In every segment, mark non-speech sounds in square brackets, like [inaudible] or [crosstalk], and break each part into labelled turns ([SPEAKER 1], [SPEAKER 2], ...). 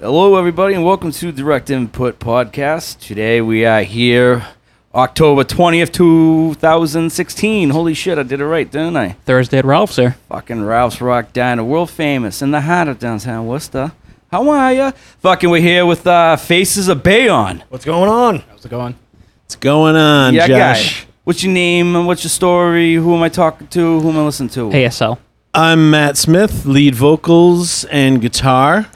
[SPEAKER 1] Hello, everybody, and welcome to Direct Input Podcast. Today we are here, October 20th, 2016. Holy shit, I did it right, didn't I?
[SPEAKER 2] Thursday at Ralph's there.
[SPEAKER 1] Fucking Ralph's Rock Diner, world famous in the heart of downtown Worcester. How are ya? Fucking, we're here with uh, Faces of Bayon.
[SPEAKER 3] What's going on?
[SPEAKER 2] How's it going?
[SPEAKER 4] What's going on,
[SPEAKER 1] Yeah,
[SPEAKER 4] Josh?
[SPEAKER 1] guy. What's your name? and What's your story? Who am I talking to? Who am I listening to?
[SPEAKER 2] ASL.
[SPEAKER 4] I'm Matt Smith, lead vocals and guitar.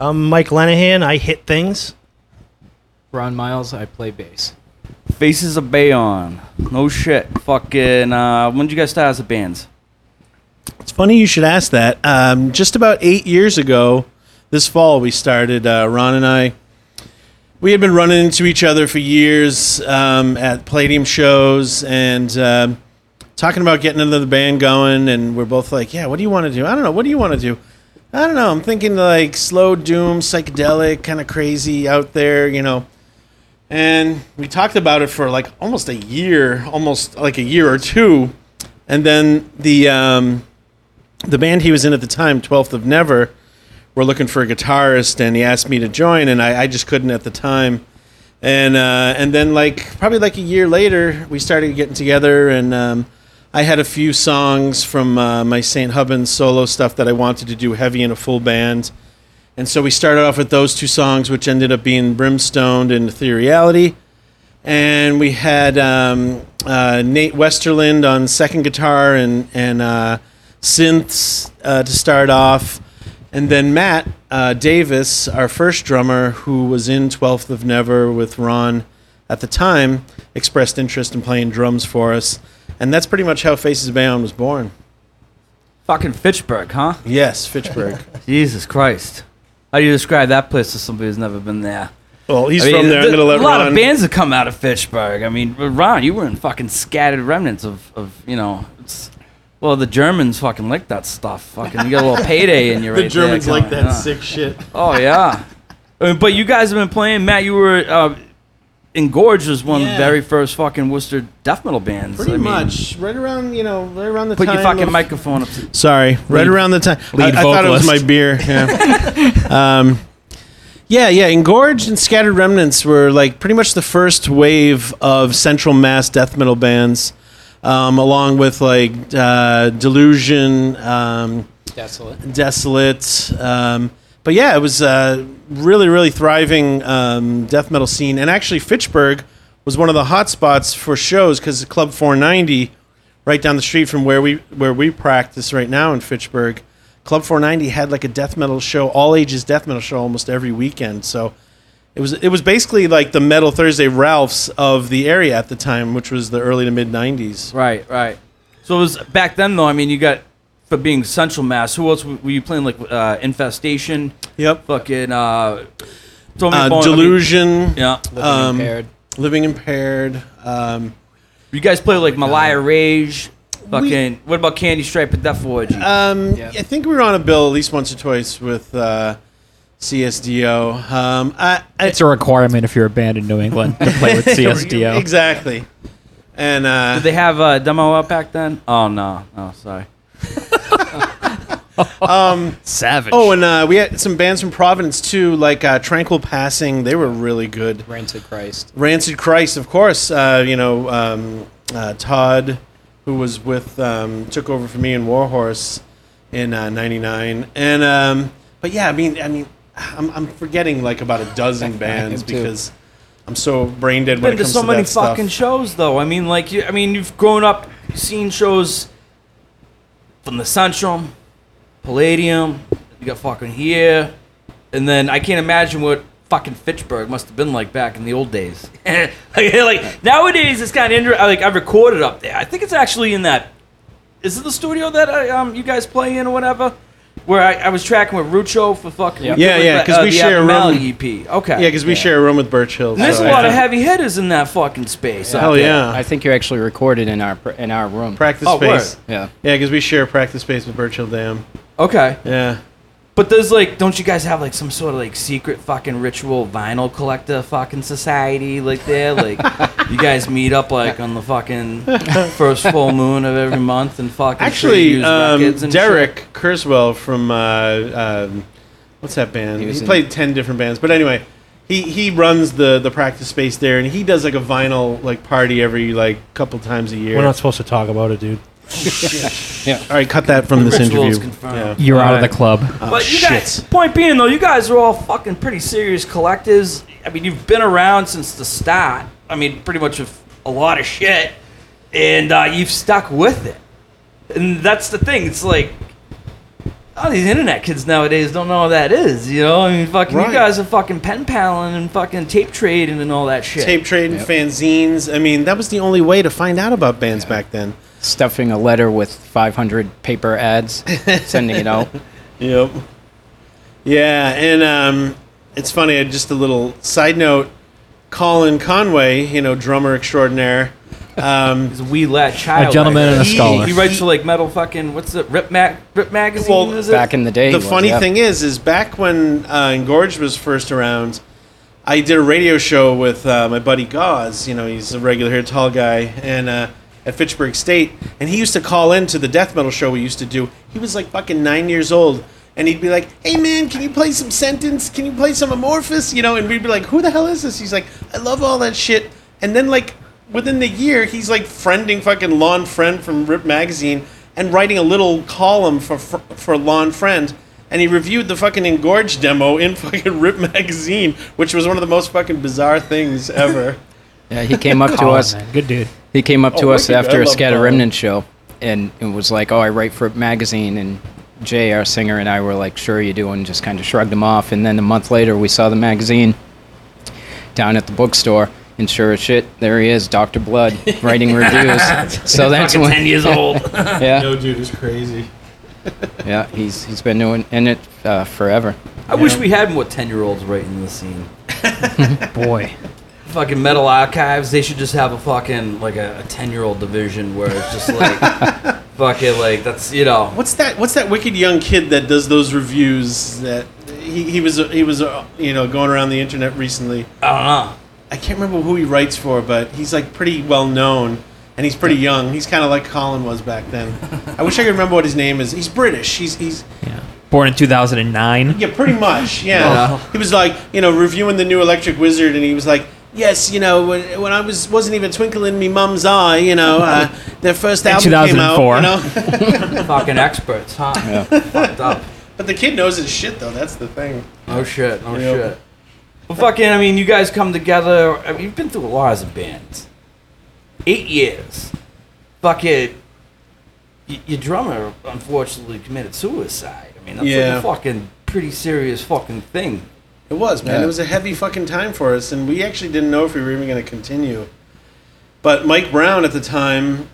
[SPEAKER 3] I'm Mike Lenahan. I hit things.
[SPEAKER 5] Ron Miles, I play bass.
[SPEAKER 1] Faces of Bayon. No shit. Fucking, uh, when did you guys start as a band?
[SPEAKER 4] It's funny you should ask that. Um, just about eight years ago, this fall, we started, uh, Ron and I. We had been running into each other for years um, at Palladium shows and um, talking about getting another band going. And we're both like, yeah, what do you want to do? I don't know. What do you want to do? I don't know. I'm thinking like slow doom, psychedelic, kind of crazy out there, you know. And we talked about it for like almost a year, almost like a year or two. And then the um, the band he was in at the time, Twelfth of Never, were looking for a guitarist, and he asked me to join, and I, I just couldn't at the time. And uh, and then like probably like a year later, we started getting together, and um, I had a few songs from uh, my Saint Hubbins solo stuff that I wanted to do heavy in a full band, and so we started off with those two songs, which ended up being Brimstoned and Ethereality. And we had um, uh, Nate Westerland on second guitar and, and uh, synths uh, to start off. And then Matt uh, Davis, our first drummer, who was in 12th of Never with Ron at the time, expressed interest in playing drums for us. And that's pretty much how Faces of Bayon was born.
[SPEAKER 1] Fucking Fitchburg, huh?
[SPEAKER 4] Yes, Fitchburg.
[SPEAKER 1] Jesus Christ. How do you describe that place to somebody who's never been there?
[SPEAKER 4] [laughs] well, he's
[SPEAKER 1] I mean,
[SPEAKER 4] from there. I'm
[SPEAKER 1] th-
[SPEAKER 4] going to let
[SPEAKER 1] a lot
[SPEAKER 4] Ron.
[SPEAKER 1] of bands have come out of Fitchburg. I mean, Ron, you were in fucking scattered remnants of, of you know, it's, well, the Germans fucking like that stuff. Fucking, you got a
[SPEAKER 4] [laughs]
[SPEAKER 1] little payday in your
[SPEAKER 4] the Germans like that
[SPEAKER 1] Yeah.
[SPEAKER 4] sick shit.
[SPEAKER 1] Oh, yeah. Uh, but you guys have been playing, Matt, you were, uh, Engorge was one of the
[SPEAKER 4] Yeah.
[SPEAKER 1] very first fucking Worcester death metal bands.
[SPEAKER 4] Pretty
[SPEAKER 1] I mean,
[SPEAKER 4] much. Right around, you know, right around the
[SPEAKER 1] Put
[SPEAKER 4] time.
[SPEAKER 1] your fucking
[SPEAKER 4] of-
[SPEAKER 1] microphone up to
[SPEAKER 4] Sorry, right around the time.
[SPEAKER 2] lead
[SPEAKER 4] I, I thought it was my
[SPEAKER 2] vocalist.
[SPEAKER 4] beer.
[SPEAKER 2] [laughs]
[SPEAKER 4] Yeah. um, yeah, yeah. Engorged and Scattered Remnants were like pretty much the first wave of Central Mass death metal bands, um, along with like uh, Delusion, um,
[SPEAKER 5] Desolate.
[SPEAKER 4] Desolate. Um, but yeah, it was a really, really thriving um, death metal scene. And actually, Fitchburg was one of the hot spots for shows because Club 490, right down the street from where we where we practice right now in Fitchburg, Club 490 had like a death metal show, all ages death metal show, almost every weekend. So it was it was basically like the Metal Thursday Ralphs of the area at the time, which was the early to mid 90s.
[SPEAKER 1] Right, right. So it was back then, though. I mean, you got for being Central Mass. Who else were you playing? Like uh, Infestation,
[SPEAKER 4] Yep.
[SPEAKER 1] fucking uh, Throw Me a Bone, I
[SPEAKER 4] Uh,
[SPEAKER 1] mean-
[SPEAKER 4] delusion,
[SPEAKER 1] yeah.
[SPEAKER 5] Living
[SPEAKER 4] Um,
[SPEAKER 5] impaired.
[SPEAKER 4] living impaired. Um,
[SPEAKER 1] You guys play like Malaya Rage. Fucking. what about Candy Stripe and Death Orgy?
[SPEAKER 4] Um,
[SPEAKER 5] Yeah.
[SPEAKER 4] I think we were on a bill at least once or twice with uh, CSDO. Um, I,
[SPEAKER 1] [laughs]
[SPEAKER 4] I,
[SPEAKER 2] It's a requirement if you're a band in New England to play [laughs] with CSDO.
[SPEAKER 4] exactly. And uh,
[SPEAKER 1] Did they have a demo out back then? Oh no, oh sorry.
[SPEAKER 2] Savage.
[SPEAKER 4] oh, and uh, we had some bands from Providence too, like uh, Tranquil Passing. They were really good.
[SPEAKER 5] Rancid Christ.
[SPEAKER 4] Rancid Christ, of course. Uh, you know, um, uh, Todd, who was with, um, took over for me in Warhorse in uh, '99, and um, but yeah, I mean, I mean, I'm, I'm forgetting like about a dozen bands
[SPEAKER 5] am too.
[SPEAKER 4] because I'm so brain dead
[SPEAKER 1] Been
[SPEAKER 4] when it
[SPEAKER 1] to
[SPEAKER 4] comes
[SPEAKER 1] so
[SPEAKER 4] to
[SPEAKER 1] many
[SPEAKER 4] that stuff.
[SPEAKER 1] fucking shows though. I mean, like, you, I mean, you've grown up, seen shows from the Centrum, Palladium. You got fucking here, and then I can't imagine what fucking Fitchburg must have been like back in the old days. [laughs] like, like, nowadays, it's kind of inter- I, like I recorded up there. I think it's actually in that. Is it the studio that I, um you guys play in or whatever? Where I, I was tracking with Rucho for fucking
[SPEAKER 5] Yeah.
[SPEAKER 4] Yeah, yeah, 'cause
[SPEAKER 1] uh,
[SPEAKER 4] we
[SPEAKER 1] the
[SPEAKER 4] share a room.
[SPEAKER 1] Abnormality EP. Okay,
[SPEAKER 4] Yeah, because we share a room with Birch Hill.
[SPEAKER 1] and there's
[SPEAKER 4] so
[SPEAKER 1] a
[SPEAKER 4] I
[SPEAKER 1] lot of
[SPEAKER 4] think-
[SPEAKER 1] heavy hitters in that fucking space. out
[SPEAKER 4] Hell
[SPEAKER 1] there.
[SPEAKER 4] yeah,
[SPEAKER 5] I think you actually recorded in our pr- in our room.
[SPEAKER 4] practice
[SPEAKER 1] Oh, word.
[SPEAKER 4] space.
[SPEAKER 5] yeah.
[SPEAKER 4] Yeah, because we share practice space with Birch Hill Dam.
[SPEAKER 1] Okay.
[SPEAKER 4] Yeah.
[SPEAKER 1] But there's like, don't you guys have like some sort of like secret fucking ritual vinyl collector fucking society like there?
[SPEAKER 4] [laughs]
[SPEAKER 1] Like, you guys meet up like on the fucking first full moon of every month and fucking trade
[SPEAKER 4] um, Actually,
[SPEAKER 1] used
[SPEAKER 4] um,
[SPEAKER 1] records and
[SPEAKER 4] Derek Kurzweil from uh, um, what's that band?
[SPEAKER 5] He
[SPEAKER 4] He,
[SPEAKER 5] was in-
[SPEAKER 4] played ten different bands, but anyway, he he runs the the practice space there, and he does like a vinyl like party every like couple times a year.
[SPEAKER 3] We're not supposed to talk about it, dude.
[SPEAKER 4] All right, cut that from this
[SPEAKER 1] Ritual is
[SPEAKER 4] interview.
[SPEAKER 1] confirmed.
[SPEAKER 2] You're out of
[SPEAKER 1] Alright.
[SPEAKER 2] the club.
[SPEAKER 4] Oh,
[SPEAKER 3] Oh,
[SPEAKER 1] but you guys, point being though, you guys are all fucking pretty serious collectives. I mean, you've been around since the start. I mean, pretty much with a lot of shit, and uh, you've stuck with it. And that's the thing. It's like all these internet kids nowadays don't know what that is. You know, I mean, fucking
[SPEAKER 4] Right.
[SPEAKER 1] you guys are fucking pen paling and fucking tape trading and all that shit.
[SPEAKER 4] Tape trading,
[SPEAKER 5] Yep.
[SPEAKER 4] fanzines. I mean, that was the only way to find out about bands back then.
[SPEAKER 5] Stuffing a letter with 500
[SPEAKER 3] [laughs]
[SPEAKER 5] paper ads, sending it out.
[SPEAKER 4] Yep. Yeah, and um, it's funny. uh, Just a little side note. Colin Conway, you know, drummer extraordinaire. Um,
[SPEAKER 1] He's a wee lad child.
[SPEAKER 2] A gentleman and a
[SPEAKER 1] He-
[SPEAKER 2] scholar.
[SPEAKER 1] He writes for like metal fucking what's it? Rip Mag Rip magazine.
[SPEAKER 4] Well,
[SPEAKER 1] is it?
[SPEAKER 5] Back in the day.
[SPEAKER 4] the
[SPEAKER 5] he was,
[SPEAKER 4] funny
[SPEAKER 5] yep.
[SPEAKER 4] thing is, is back when uh, Engorged was first around, I did a radio show with uh, my buddy Gauze. You know, he's a regular here, tall guy, and uh, at Fitchburg State. And he used to call in to the death metal show we used to do. He was like fucking nine years old. And he'd be like, "Hey man, can you play some Sentence? Can you play some Amorphous? You know?" And we'd be like, "Who the hell is this?" He's like, "I love all that shit." And then like within the year, he's like friending fucking Lawn Friend from Rip Magazine and writing a little column for for, for Lawn Friend and he reviewed the fucking engorge demo in [laughs] fucking Rip magazine, which was one of the most fucking bizarre things [laughs] ever.
[SPEAKER 5] Yeah, he
[SPEAKER 1] [laughs]
[SPEAKER 5] came up to
[SPEAKER 2] Colin,
[SPEAKER 5] us.
[SPEAKER 2] man, Good dude.
[SPEAKER 5] He came up to
[SPEAKER 4] Oh,
[SPEAKER 5] us
[SPEAKER 4] wicked. I
[SPEAKER 5] after a
[SPEAKER 4] love
[SPEAKER 5] Scatter
[SPEAKER 4] Colin.
[SPEAKER 5] Remnant show and it was like, oh, I write for a magazine. And Jay, our singer, and I were like, sure you do, and just kind of shrugged him off. And then a month later, we saw the magazine down at the bookstore. And sure as shit, there he is,
[SPEAKER 1] [laughs]
[SPEAKER 5] Dr. Blood, writing reviews. so that's
[SPEAKER 1] fucking ten
[SPEAKER 5] when,
[SPEAKER 1] years
[SPEAKER 6] [laughs]
[SPEAKER 1] old.
[SPEAKER 5] yeah,
[SPEAKER 4] dude, it's crazy.
[SPEAKER 5] yeah, he's he's been doing in it uh, forever.
[SPEAKER 1] I wish we had more ten year olds writing this scene.
[SPEAKER 2] Boy.
[SPEAKER 1] Fucking metal archives. They should just have a fucking like a ten year old division where it's just like fucking like that's you know.
[SPEAKER 4] What's that? What's that wicked young kid that does those reviews? That he, he was he was uh, you know going around the internet recently.
[SPEAKER 1] I don't know.
[SPEAKER 4] I can't remember who he writes for, but he's like pretty well known. And he's pretty young. He's kind of like Colin was back then. I wish I could remember what his name is. He's British. He's he's
[SPEAKER 2] Yeah. Born in 2009.
[SPEAKER 4] Yeah, pretty much. Yeah.
[SPEAKER 1] Wow.
[SPEAKER 4] He was like, you know, reviewing the new Electric Wizard, and he was like, yes, you know, when, when I was wasn't even twinkling in me mum's eye, you know, uh, their first album came out,
[SPEAKER 2] 2004.
[SPEAKER 4] you know. [laughs]
[SPEAKER 1] fucking experts, huh? Fucked up.
[SPEAKER 4] but the kid knows his shit though. That's the thing.
[SPEAKER 1] Oh shit. Oh
[SPEAKER 4] Yeah.
[SPEAKER 1] shit. Well, fucking. I mean, you guys come together. I mean, you've been through a lot as a band. Eight years. Fucking. y- Your drummer unfortunately committed suicide. I mean, that's
[SPEAKER 4] Yeah.
[SPEAKER 1] like a fucking pretty serious fucking thing.
[SPEAKER 4] It was man.
[SPEAKER 5] Yeah.
[SPEAKER 4] It was a heavy fucking time for us, and we actually didn't know if we were even going to continue. But Mike Brown at the time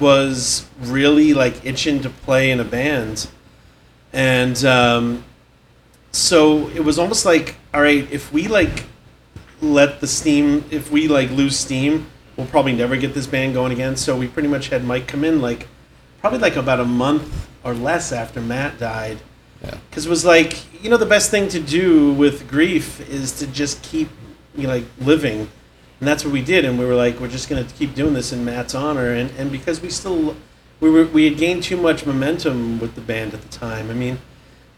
[SPEAKER 4] was really like itching to play in a band, and um, so it was almost like, all right, if we like let the steam, if we like lose steam, we'll probably never get this band going again. So we pretty much had Mike come in like probably like about a month or less after Matt died. Because it was like, you know, the best thing to do with grief is to just keep, you know, like living. And that's what we did. And we were like, we're just going to keep doing this in Matt's honor. And, and because we still, we, were, we had gained too much momentum with the band at the time. I mean,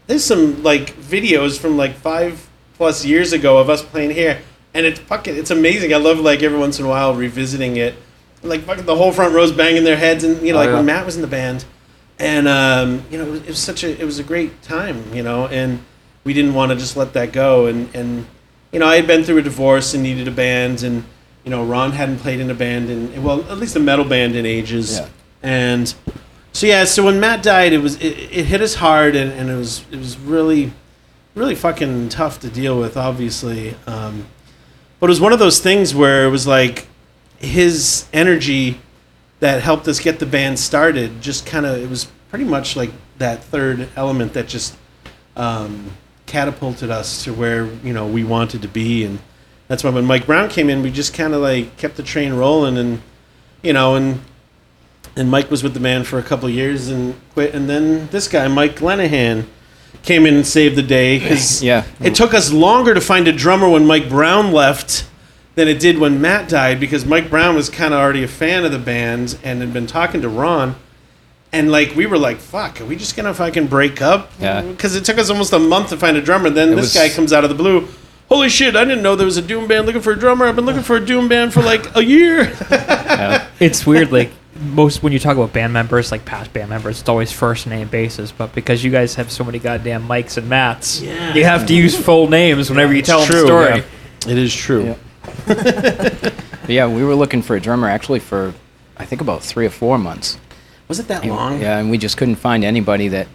[SPEAKER 4] there's some like videos from like five plus years ago of us playing here, and it's fucking it's amazing. I love like every once in a while revisiting it, like fucking the whole front row's banging their heads, and you know
[SPEAKER 1] Oh,
[SPEAKER 4] like
[SPEAKER 1] yeah.
[SPEAKER 4] when Matt was in the band, and um, you know it was, it was such a it was a great time, you know, and we didn't want to just let that go, and and you know I had been through a divorce and needed a band, and you know Ron hadn't played in a band, and well at least a metal band in ages,
[SPEAKER 5] Yeah.
[SPEAKER 4] and. So yeah, so when Matt died, it was it, it hit us hard, and, and it was it was really, really fucking tough to deal with, obviously. Um, but it was one of those things where it was like his energy that helped us get the band started. Just kind of it was pretty much like that third element that just um, catapulted us to where you know we wanted to be, and that's why when Mike Brown came in, we just kind of like kept the train rolling, and you know and and Mike was with the band for a couple of years and quit. And then this guy, Mike Lenihan, came in and saved the day because
[SPEAKER 5] [laughs] Yeah.
[SPEAKER 4] it took us longer to find a drummer when Mike Brown left than it did when Matt died because Mike Brown was kind of already a fan of the band and had been talking to Ron. And like we were like, "Fuck, are we just gonna fucking break up?"
[SPEAKER 5] Yeah.
[SPEAKER 4] Because it took us almost a month to find a drummer. Then this
[SPEAKER 5] was-
[SPEAKER 4] guy comes out of the blue. Holy shit! I didn't know there was a doom band looking for a drummer. I've been looking for a doom band for like a [laughs] year.
[SPEAKER 6] it's weird like most when you talk about band members like past band members it's always first name basis but because you guys have so many goddamn mics and mats you have to use full names whenever you tell them
[SPEAKER 4] true,
[SPEAKER 6] a story
[SPEAKER 4] yeah. It is true.
[SPEAKER 5] But yeah, we were looking for a drummer actually for I think about three or four months.
[SPEAKER 4] Was it that long?
[SPEAKER 5] Yeah, and we just couldn't find anybody that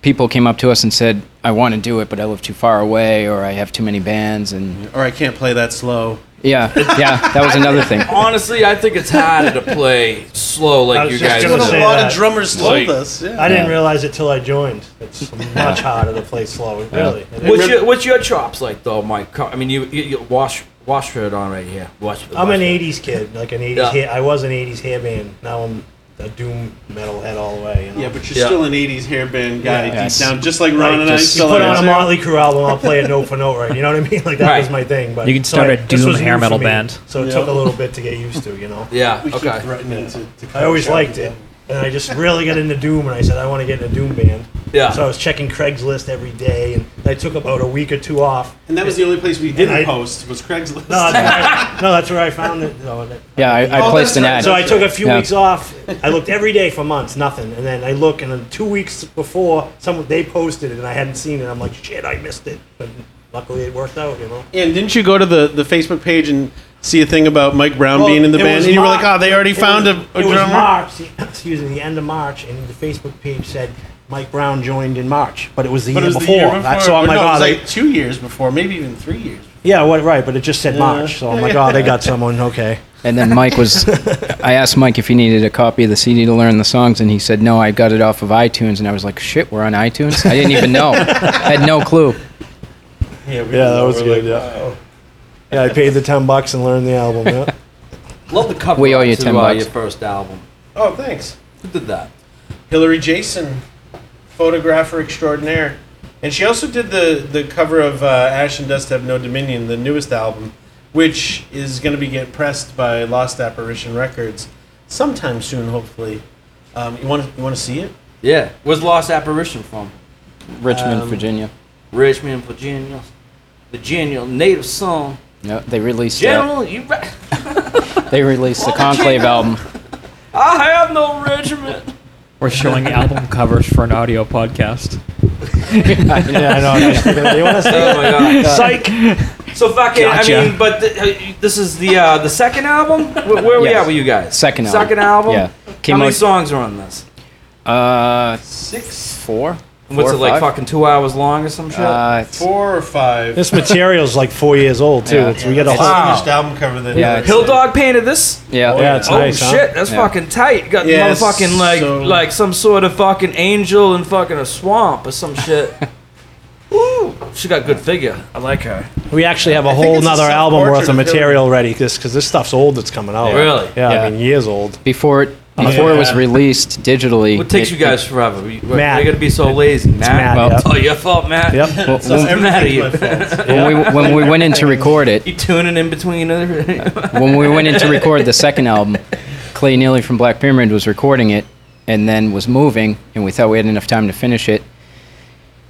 [SPEAKER 5] people came up to us and said, I want to do it, but I live too far away or I have too many bands. And
[SPEAKER 4] Or I can't play that slow.
[SPEAKER 5] yeah, yeah, that was another thing.
[SPEAKER 1] Honestly, I think it's harder to play slow
[SPEAKER 3] I
[SPEAKER 1] like
[SPEAKER 3] was
[SPEAKER 1] you
[SPEAKER 3] just
[SPEAKER 1] guys.
[SPEAKER 4] That's
[SPEAKER 1] do.
[SPEAKER 3] gonna
[SPEAKER 4] what a
[SPEAKER 3] say
[SPEAKER 4] lot
[SPEAKER 3] that.
[SPEAKER 4] of drummers told
[SPEAKER 7] Like-
[SPEAKER 4] us.
[SPEAKER 3] I
[SPEAKER 4] Yeah.
[SPEAKER 3] didn't realize it till I joined.
[SPEAKER 5] [laughs]
[SPEAKER 3] It's much harder to play slow. Really. It is.
[SPEAKER 1] What's your, what's your chops like though, Mike? Co- I mean, you you, you wash wash shirt on right here. Wash.
[SPEAKER 3] I'm
[SPEAKER 1] wash
[SPEAKER 3] an
[SPEAKER 1] shirt.
[SPEAKER 3] '80s kid, like an '80s.
[SPEAKER 1] Yeah.
[SPEAKER 3] Hair, I was an '80s hairband. Now I'm a doom metal head all the way. You know?
[SPEAKER 4] Yeah, but you're
[SPEAKER 1] Yeah.
[SPEAKER 4] still an '80s hairband guy
[SPEAKER 5] Yes.
[SPEAKER 4] deep down, just like
[SPEAKER 3] Right,
[SPEAKER 4] Ron and I.
[SPEAKER 5] just-
[SPEAKER 3] you
[SPEAKER 4] still
[SPEAKER 3] put
[SPEAKER 4] are.
[SPEAKER 3] on a Motley Crue album, I'll play it note for note, right? You know what I mean? Like that was
[SPEAKER 1] Right.
[SPEAKER 3] my thing. But
[SPEAKER 6] You can
[SPEAKER 3] so
[SPEAKER 6] start
[SPEAKER 3] I-
[SPEAKER 6] a
[SPEAKER 3] this
[SPEAKER 6] doom
[SPEAKER 3] was new
[SPEAKER 6] hair
[SPEAKER 3] for
[SPEAKER 6] metal
[SPEAKER 3] me,
[SPEAKER 6] band.
[SPEAKER 3] So it
[SPEAKER 4] Yeah.
[SPEAKER 3] took a little bit to get used to, you know.
[SPEAKER 1] Yeah.
[SPEAKER 4] We keep
[SPEAKER 1] Okay.
[SPEAKER 4] threatening to, to
[SPEAKER 3] I always
[SPEAKER 4] cut
[SPEAKER 3] liked
[SPEAKER 4] you
[SPEAKER 3] it,
[SPEAKER 4] off.
[SPEAKER 3] and I just really got into doom, and I said I want to get in a doom band.
[SPEAKER 1] Yeah.
[SPEAKER 3] So I was checking Craigslist every day, and I took about a week or two off.
[SPEAKER 4] And that was the only place we didn't
[SPEAKER 3] I-
[SPEAKER 4] post was Craigslist.
[SPEAKER 3] No, that's, no, that's where I found it. though.
[SPEAKER 5] Yeah, I, I
[SPEAKER 4] Oh,
[SPEAKER 5] placed an ad.
[SPEAKER 4] that's
[SPEAKER 3] So I took a few
[SPEAKER 5] Yeah.
[SPEAKER 3] weeks off. I looked every day for months, nothing, and then I look, and then two weeks before, someone they posted it, and I hadn't seen it. I'm like, shit, I missed it. But luckily, it worked out, you know.
[SPEAKER 4] [laughs] and didn't you go to the, the Facebook page and see a thing about Mike Brown
[SPEAKER 3] Well,
[SPEAKER 4] being in the
[SPEAKER 3] it
[SPEAKER 4] band?
[SPEAKER 3] was
[SPEAKER 4] And you were like,
[SPEAKER 3] Mar-
[SPEAKER 4] oh, they already
[SPEAKER 3] it
[SPEAKER 4] found
[SPEAKER 3] was-
[SPEAKER 4] a, a
[SPEAKER 3] it was
[SPEAKER 4] drummer.
[SPEAKER 3] March, excuse me, the end of March, and the Facebook page said Mike Brown joined in March, but it was the,
[SPEAKER 4] But it
[SPEAKER 3] year,
[SPEAKER 4] was the
[SPEAKER 3] before.
[SPEAKER 4] year
[SPEAKER 3] That's- So I'm
[SPEAKER 4] Or
[SPEAKER 3] like,
[SPEAKER 4] no, it
[SPEAKER 3] oh,
[SPEAKER 4] was
[SPEAKER 3] they,
[SPEAKER 4] like two years before, maybe even three years.
[SPEAKER 3] yeah, what, right, but it just said March. So I'm like, oh, they
[SPEAKER 4] [laughs]
[SPEAKER 3] got someone. Okay.
[SPEAKER 5] And then Mike was, I asked Mike if he needed a copy of the CD to learn the songs, and he said, No, I got it off of iTunes. And I was like, Shit, we're on iTunes? I didn't even know. had no clue.
[SPEAKER 4] Yeah,
[SPEAKER 3] Yeah, that was good. yeah. Yeah, I paid the ten bucks and learned the album. Yeah.
[SPEAKER 1] Love the cover.
[SPEAKER 5] We owe you
[SPEAKER 1] to,
[SPEAKER 5] 10
[SPEAKER 1] uh,
[SPEAKER 5] bucks.
[SPEAKER 1] Your first album.
[SPEAKER 4] Oh, thanks.
[SPEAKER 1] Who did that?
[SPEAKER 4] Hillary Jason, photographer extraordinaire. And she also did the, the cover of uh, Ash and Dust Have No Dominion, the newest album, which is going to be getting pressed by Lost Apparition Records sometime soon, hopefully. Um, you want to you want to see it?
[SPEAKER 1] Yeah. Where's Lost Apparition from?
[SPEAKER 5] Richmond,
[SPEAKER 4] Um,
[SPEAKER 5] Virginia.
[SPEAKER 1] Richmond, Virginia. Virginia, native song.
[SPEAKER 5] No, they released uh,
[SPEAKER 1] General, you. Ra-
[SPEAKER 5] they released the
[SPEAKER 1] Well, I
[SPEAKER 5] Conclave
[SPEAKER 1] can't-
[SPEAKER 5] album. [laughs]
[SPEAKER 1] I have no regiment.
[SPEAKER 6] we're showing album covers for an audio podcast
[SPEAKER 3] yeah, I know. [laughs] They want to
[SPEAKER 1] [laughs] Oh my god.
[SPEAKER 3] psych.
[SPEAKER 1] So fucking,
[SPEAKER 6] Gotcha.
[SPEAKER 1] I mean, but th- this is the uh, the second album. Where, where we
[SPEAKER 5] Yes.
[SPEAKER 1] at with you guys?
[SPEAKER 5] Second album.
[SPEAKER 1] Second album.
[SPEAKER 5] Yeah.
[SPEAKER 1] How
[SPEAKER 5] Came
[SPEAKER 1] many
[SPEAKER 5] out-
[SPEAKER 1] songs are on this?
[SPEAKER 5] Uh,
[SPEAKER 4] Six,
[SPEAKER 5] four?
[SPEAKER 1] And What's it
[SPEAKER 5] Four or
[SPEAKER 1] like?
[SPEAKER 5] five?
[SPEAKER 1] Fucking two hours long or some shit.
[SPEAKER 5] Uh, it's-
[SPEAKER 4] four or five.
[SPEAKER 3] This material's like four years old too.
[SPEAKER 5] Yeah.
[SPEAKER 3] It's, we got a
[SPEAKER 4] It's
[SPEAKER 3] whole.
[SPEAKER 1] Wow.
[SPEAKER 4] finished album cover that
[SPEAKER 5] Yeah, it's-
[SPEAKER 1] Hill Dog painted this.
[SPEAKER 5] yeah.
[SPEAKER 3] Yeah, it's
[SPEAKER 1] oh
[SPEAKER 3] nice. huh?
[SPEAKER 1] shit, that's
[SPEAKER 5] Yeah.
[SPEAKER 1] fucking tight. You got
[SPEAKER 4] Yeah,
[SPEAKER 1] motherfucking like
[SPEAKER 4] so-
[SPEAKER 1] like some sort of fucking angel and fucking a swamp or some
[SPEAKER 3] [laughs]
[SPEAKER 1] shit. Ooh, she got good figure. I like her.
[SPEAKER 3] We actually have a
[SPEAKER 4] think
[SPEAKER 3] whole
[SPEAKER 4] it's a
[SPEAKER 3] nother album worth
[SPEAKER 4] self-portrait
[SPEAKER 3] of
[SPEAKER 4] of
[SPEAKER 3] material ready. This because this stuff's old. That's coming out.
[SPEAKER 1] Really?
[SPEAKER 3] Yeah, I
[SPEAKER 5] Yeah.
[SPEAKER 3] mean years old.
[SPEAKER 5] Before it, before it was
[SPEAKER 4] yeah.
[SPEAKER 5] released digitally.
[SPEAKER 1] What takes
[SPEAKER 5] it-
[SPEAKER 1] you guys forever? You- Why
[SPEAKER 3] Matt.
[SPEAKER 1] you gotta be so lazy, Matt?
[SPEAKER 3] Matt,
[SPEAKER 5] Well,
[SPEAKER 3] yep.
[SPEAKER 1] Oh, your fault, Matt.
[SPEAKER 3] Yep.
[SPEAKER 5] Well,
[SPEAKER 4] So
[SPEAKER 5] when-
[SPEAKER 1] Matter
[SPEAKER 4] everything's
[SPEAKER 1] you.
[SPEAKER 4] my fault.
[SPEAKER 5] when, we, when we went in to record it,
[SPEAKER 1] You tuning in between other.
[SPEAKER 3] [laughs]
[SPEAKER 5] when we went in to record the second album, Clay Neely from Black Pyramid was recording it and then was moving, and we thought we had enough time to finish it.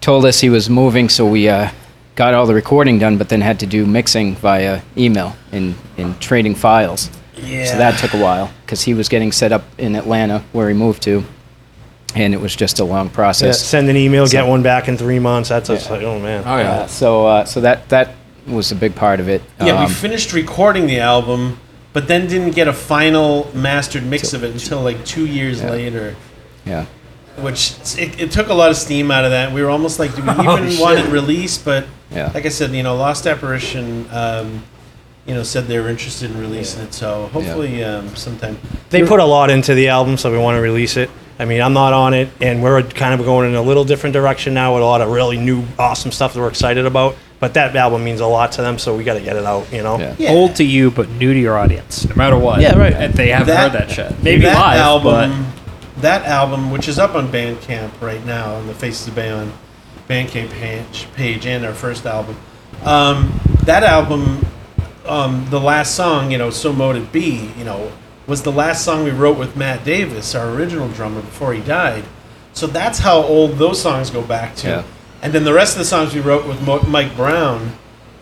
[SPEAKER 5] Told us he was moving, so we uh, got all the recording done, but then had to do mixing via email and, and trading files. [laughs] So that took a while because he was getting set up in Atlanta where he moved to, and it was just a long
[SPEAKER 3] Yeah,
[SPEAKER 5] process.
[SPEAKER 3] send an email, get one back in three months. That's just like, oh man.
[SPEAKER 1] Oh
[SPEAKER 5] Uh, so uh, so that, that was a big part of it.
[SPEAKER 4] Yeah, we
[SPEAKER 5] Um,
[SPEAKER 4] finished recording the album, but then didn't get a final mastered mix of it until like two years later.
[SPEAKER 5] yeah.
[SPEAKER 4] Which it, it took a lot of steam out of that. We were almost like, do we even
[SPEAKER 1] shit.
[SPEAKER 4] want it released? But
[SPEAKER 5] Yeah.
[SPEAKER 4] like I said, you know, Lost Apparition, um, you know, said they were interested in releasing it. So hopefully, um, sometime.
[SPEAKER 3] They put a lot into the album, so we want to release it. I mean, I'm not on it, and we're kind of going in a little different direction now with a lot of really new, awesome stuff that we're excited about. But that album means a lot to them, so we got to get it out. You know.
[SPEAKER 5] Yeah.
[SPEAKER 6] old to you but new to your audience no matter what
[SPEAKER 3] Yeah, right.
[SPEAKER 6] and they haven't heard
[SPEAKER 4] That-
[SPEAKER 6] that shit maybe
[SPEAKER 4] that
[SPEAKER 6] live
[SPEAKER 4] album, that album, which is up on Bandcamp right now on the Faces of Bayon Bandcamp page, page and our first album. Um, that album, um, the last song, you know, "So Motive B," you know, was the last song we wrote with Matt Davis, our original drummer, before he died. So that's how old those songs go back to.
[SPEAKER 5] Yeah.
[SPEAKER 4] And then the rest of the songs we wrote with Mo- Mike Brown,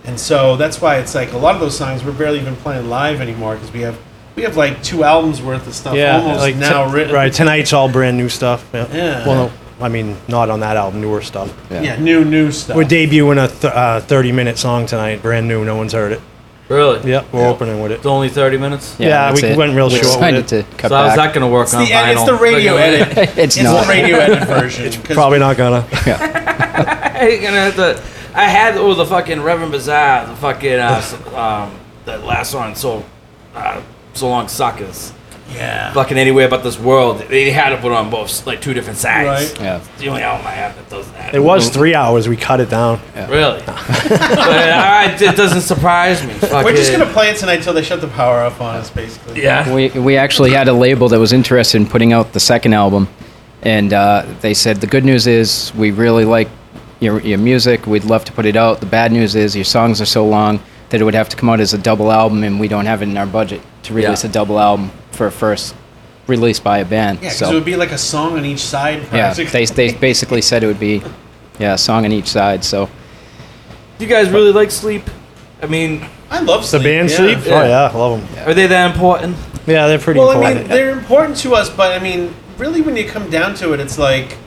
[SPEAKER 4] and so that's why it's like a lot of those songs we're barely even playing live anymore because we have we have like two albums worth of stuff
[SPEAKER 3] yeah,
[SPEAKER 4] almost
[SPEAKER 3] like
[SPEAKER 4] now
[SPEAKER 3] t-
[SPEAKER 4] written.
[SPEAKER 3] Right, tonight's all brand new stuff. Yeah.
[SPEAKER 4] Yeah.
[SPEAKER 3] Well, no, I mean, not on that album, newer stuff.
[SPEAKER 4] Yeah. new new stuff.
[SPEAKER 3] We're debuting a th- uh, 30 minute song tonight, brand new. No one's heard it.
[SPEAKER 1] [laughs] Really?
[SPEAKER 3] Yep, we're opening with it.
[SPEAKER 1] It's only 30 minutes?
[SPEAKER 3] Yeah, we went real
[SPEAKER 5] we
[SPEAKER 3] short with
[SPEAKER 5] decided
[SPEAKER 3] it.
[SPEAKER 5] to cut
[SPEAKER 1] so how's
[SPEAKER 5] back.
[SPEAKER 1] that going to work
[SPEAKER 4] it's
[SPEAKER 1] on
[SPEAKER 4] the
[SPEAKER 1] vinyl?
[SPEAKER 4] it's the radio edit.
[SPEAKER 3] [laughs]
[SPEAKER 5] [laughs] it's
[SPEAKER 4] It's
[SPEAKER 5] not.
[SPEAKER 4] the radio edit version. It's
[SPEAKER 3] Probably not gonna. [laughs]
[SPEAKER 1] You're gonna [laughs] have to. I had oh the fucking Reverend Bazaar, the fucking uh, s- um, that last song, so uh, so long suckers.
[SPEAKER 4] yeah.
[SPEAKER 1] Fucking anywhere but this world. They had to put on both like two different sides.
[SPEAKER 4] Right.
[SPEAKER 5] Yeah.
[SPEAKER 1] It's the only album I have that does that.
[SPEAKER 3] It was three hours. We cut it down.
[SPEAKER 4] [laughs]
[SPEAKER 1] really. but, uh, it doesn't surprise me.
[SPEAKER 4] We're just
[SPEAKER 1] Fucking-
[SPEAKER 4] gonna play it tonight till they shut the power off on us, basically.
[SPEAKER 6] Yeah.
[SPEAKER 5] We, we actually had a label that was interested in putting out the second album, and uh, they said the good news is we really like your, your music. We'd love to put it out. The bad news is your songs are so long that it would have to come out as a double album, and we don't have it in our budget to release
[SPEAKER 1] Yeah.
[SPEAKER 5] a double album for a first release by a band.
[SPEAKER 4] Yeah, because
[SPEAKER 5] so
[SPEAKER 4] it would be like a song on each side.
[SPEAKER 5] yeah,
[SPEAKER 4] practically.
[SPEAKER 5] they they basically said it would be yeah a song on each side. So
[SPEAKER 1] You guys really like sleep? I mean,
[SPEAKER 4] [laughs] I love
[SPEAKER 3] The
[SPEAKER 4] sleep.
[SPEAKER 3] band
[SPEAKER 4] yeah.
[SPEAKER 3] sleep?
[SPEAKER 1] Yeah.
[SPEAKER 3] Oh, yeah, I love them.
[SPEAKER 1] are they that important?
[SPEAKER 3] Yeah, they're pretty
[SPEAKER 4] Well, I
[SPEAKER 3] important.
[SPEAKER 4] mean, they're important to us, but I mean, really, when you come down to it, it's like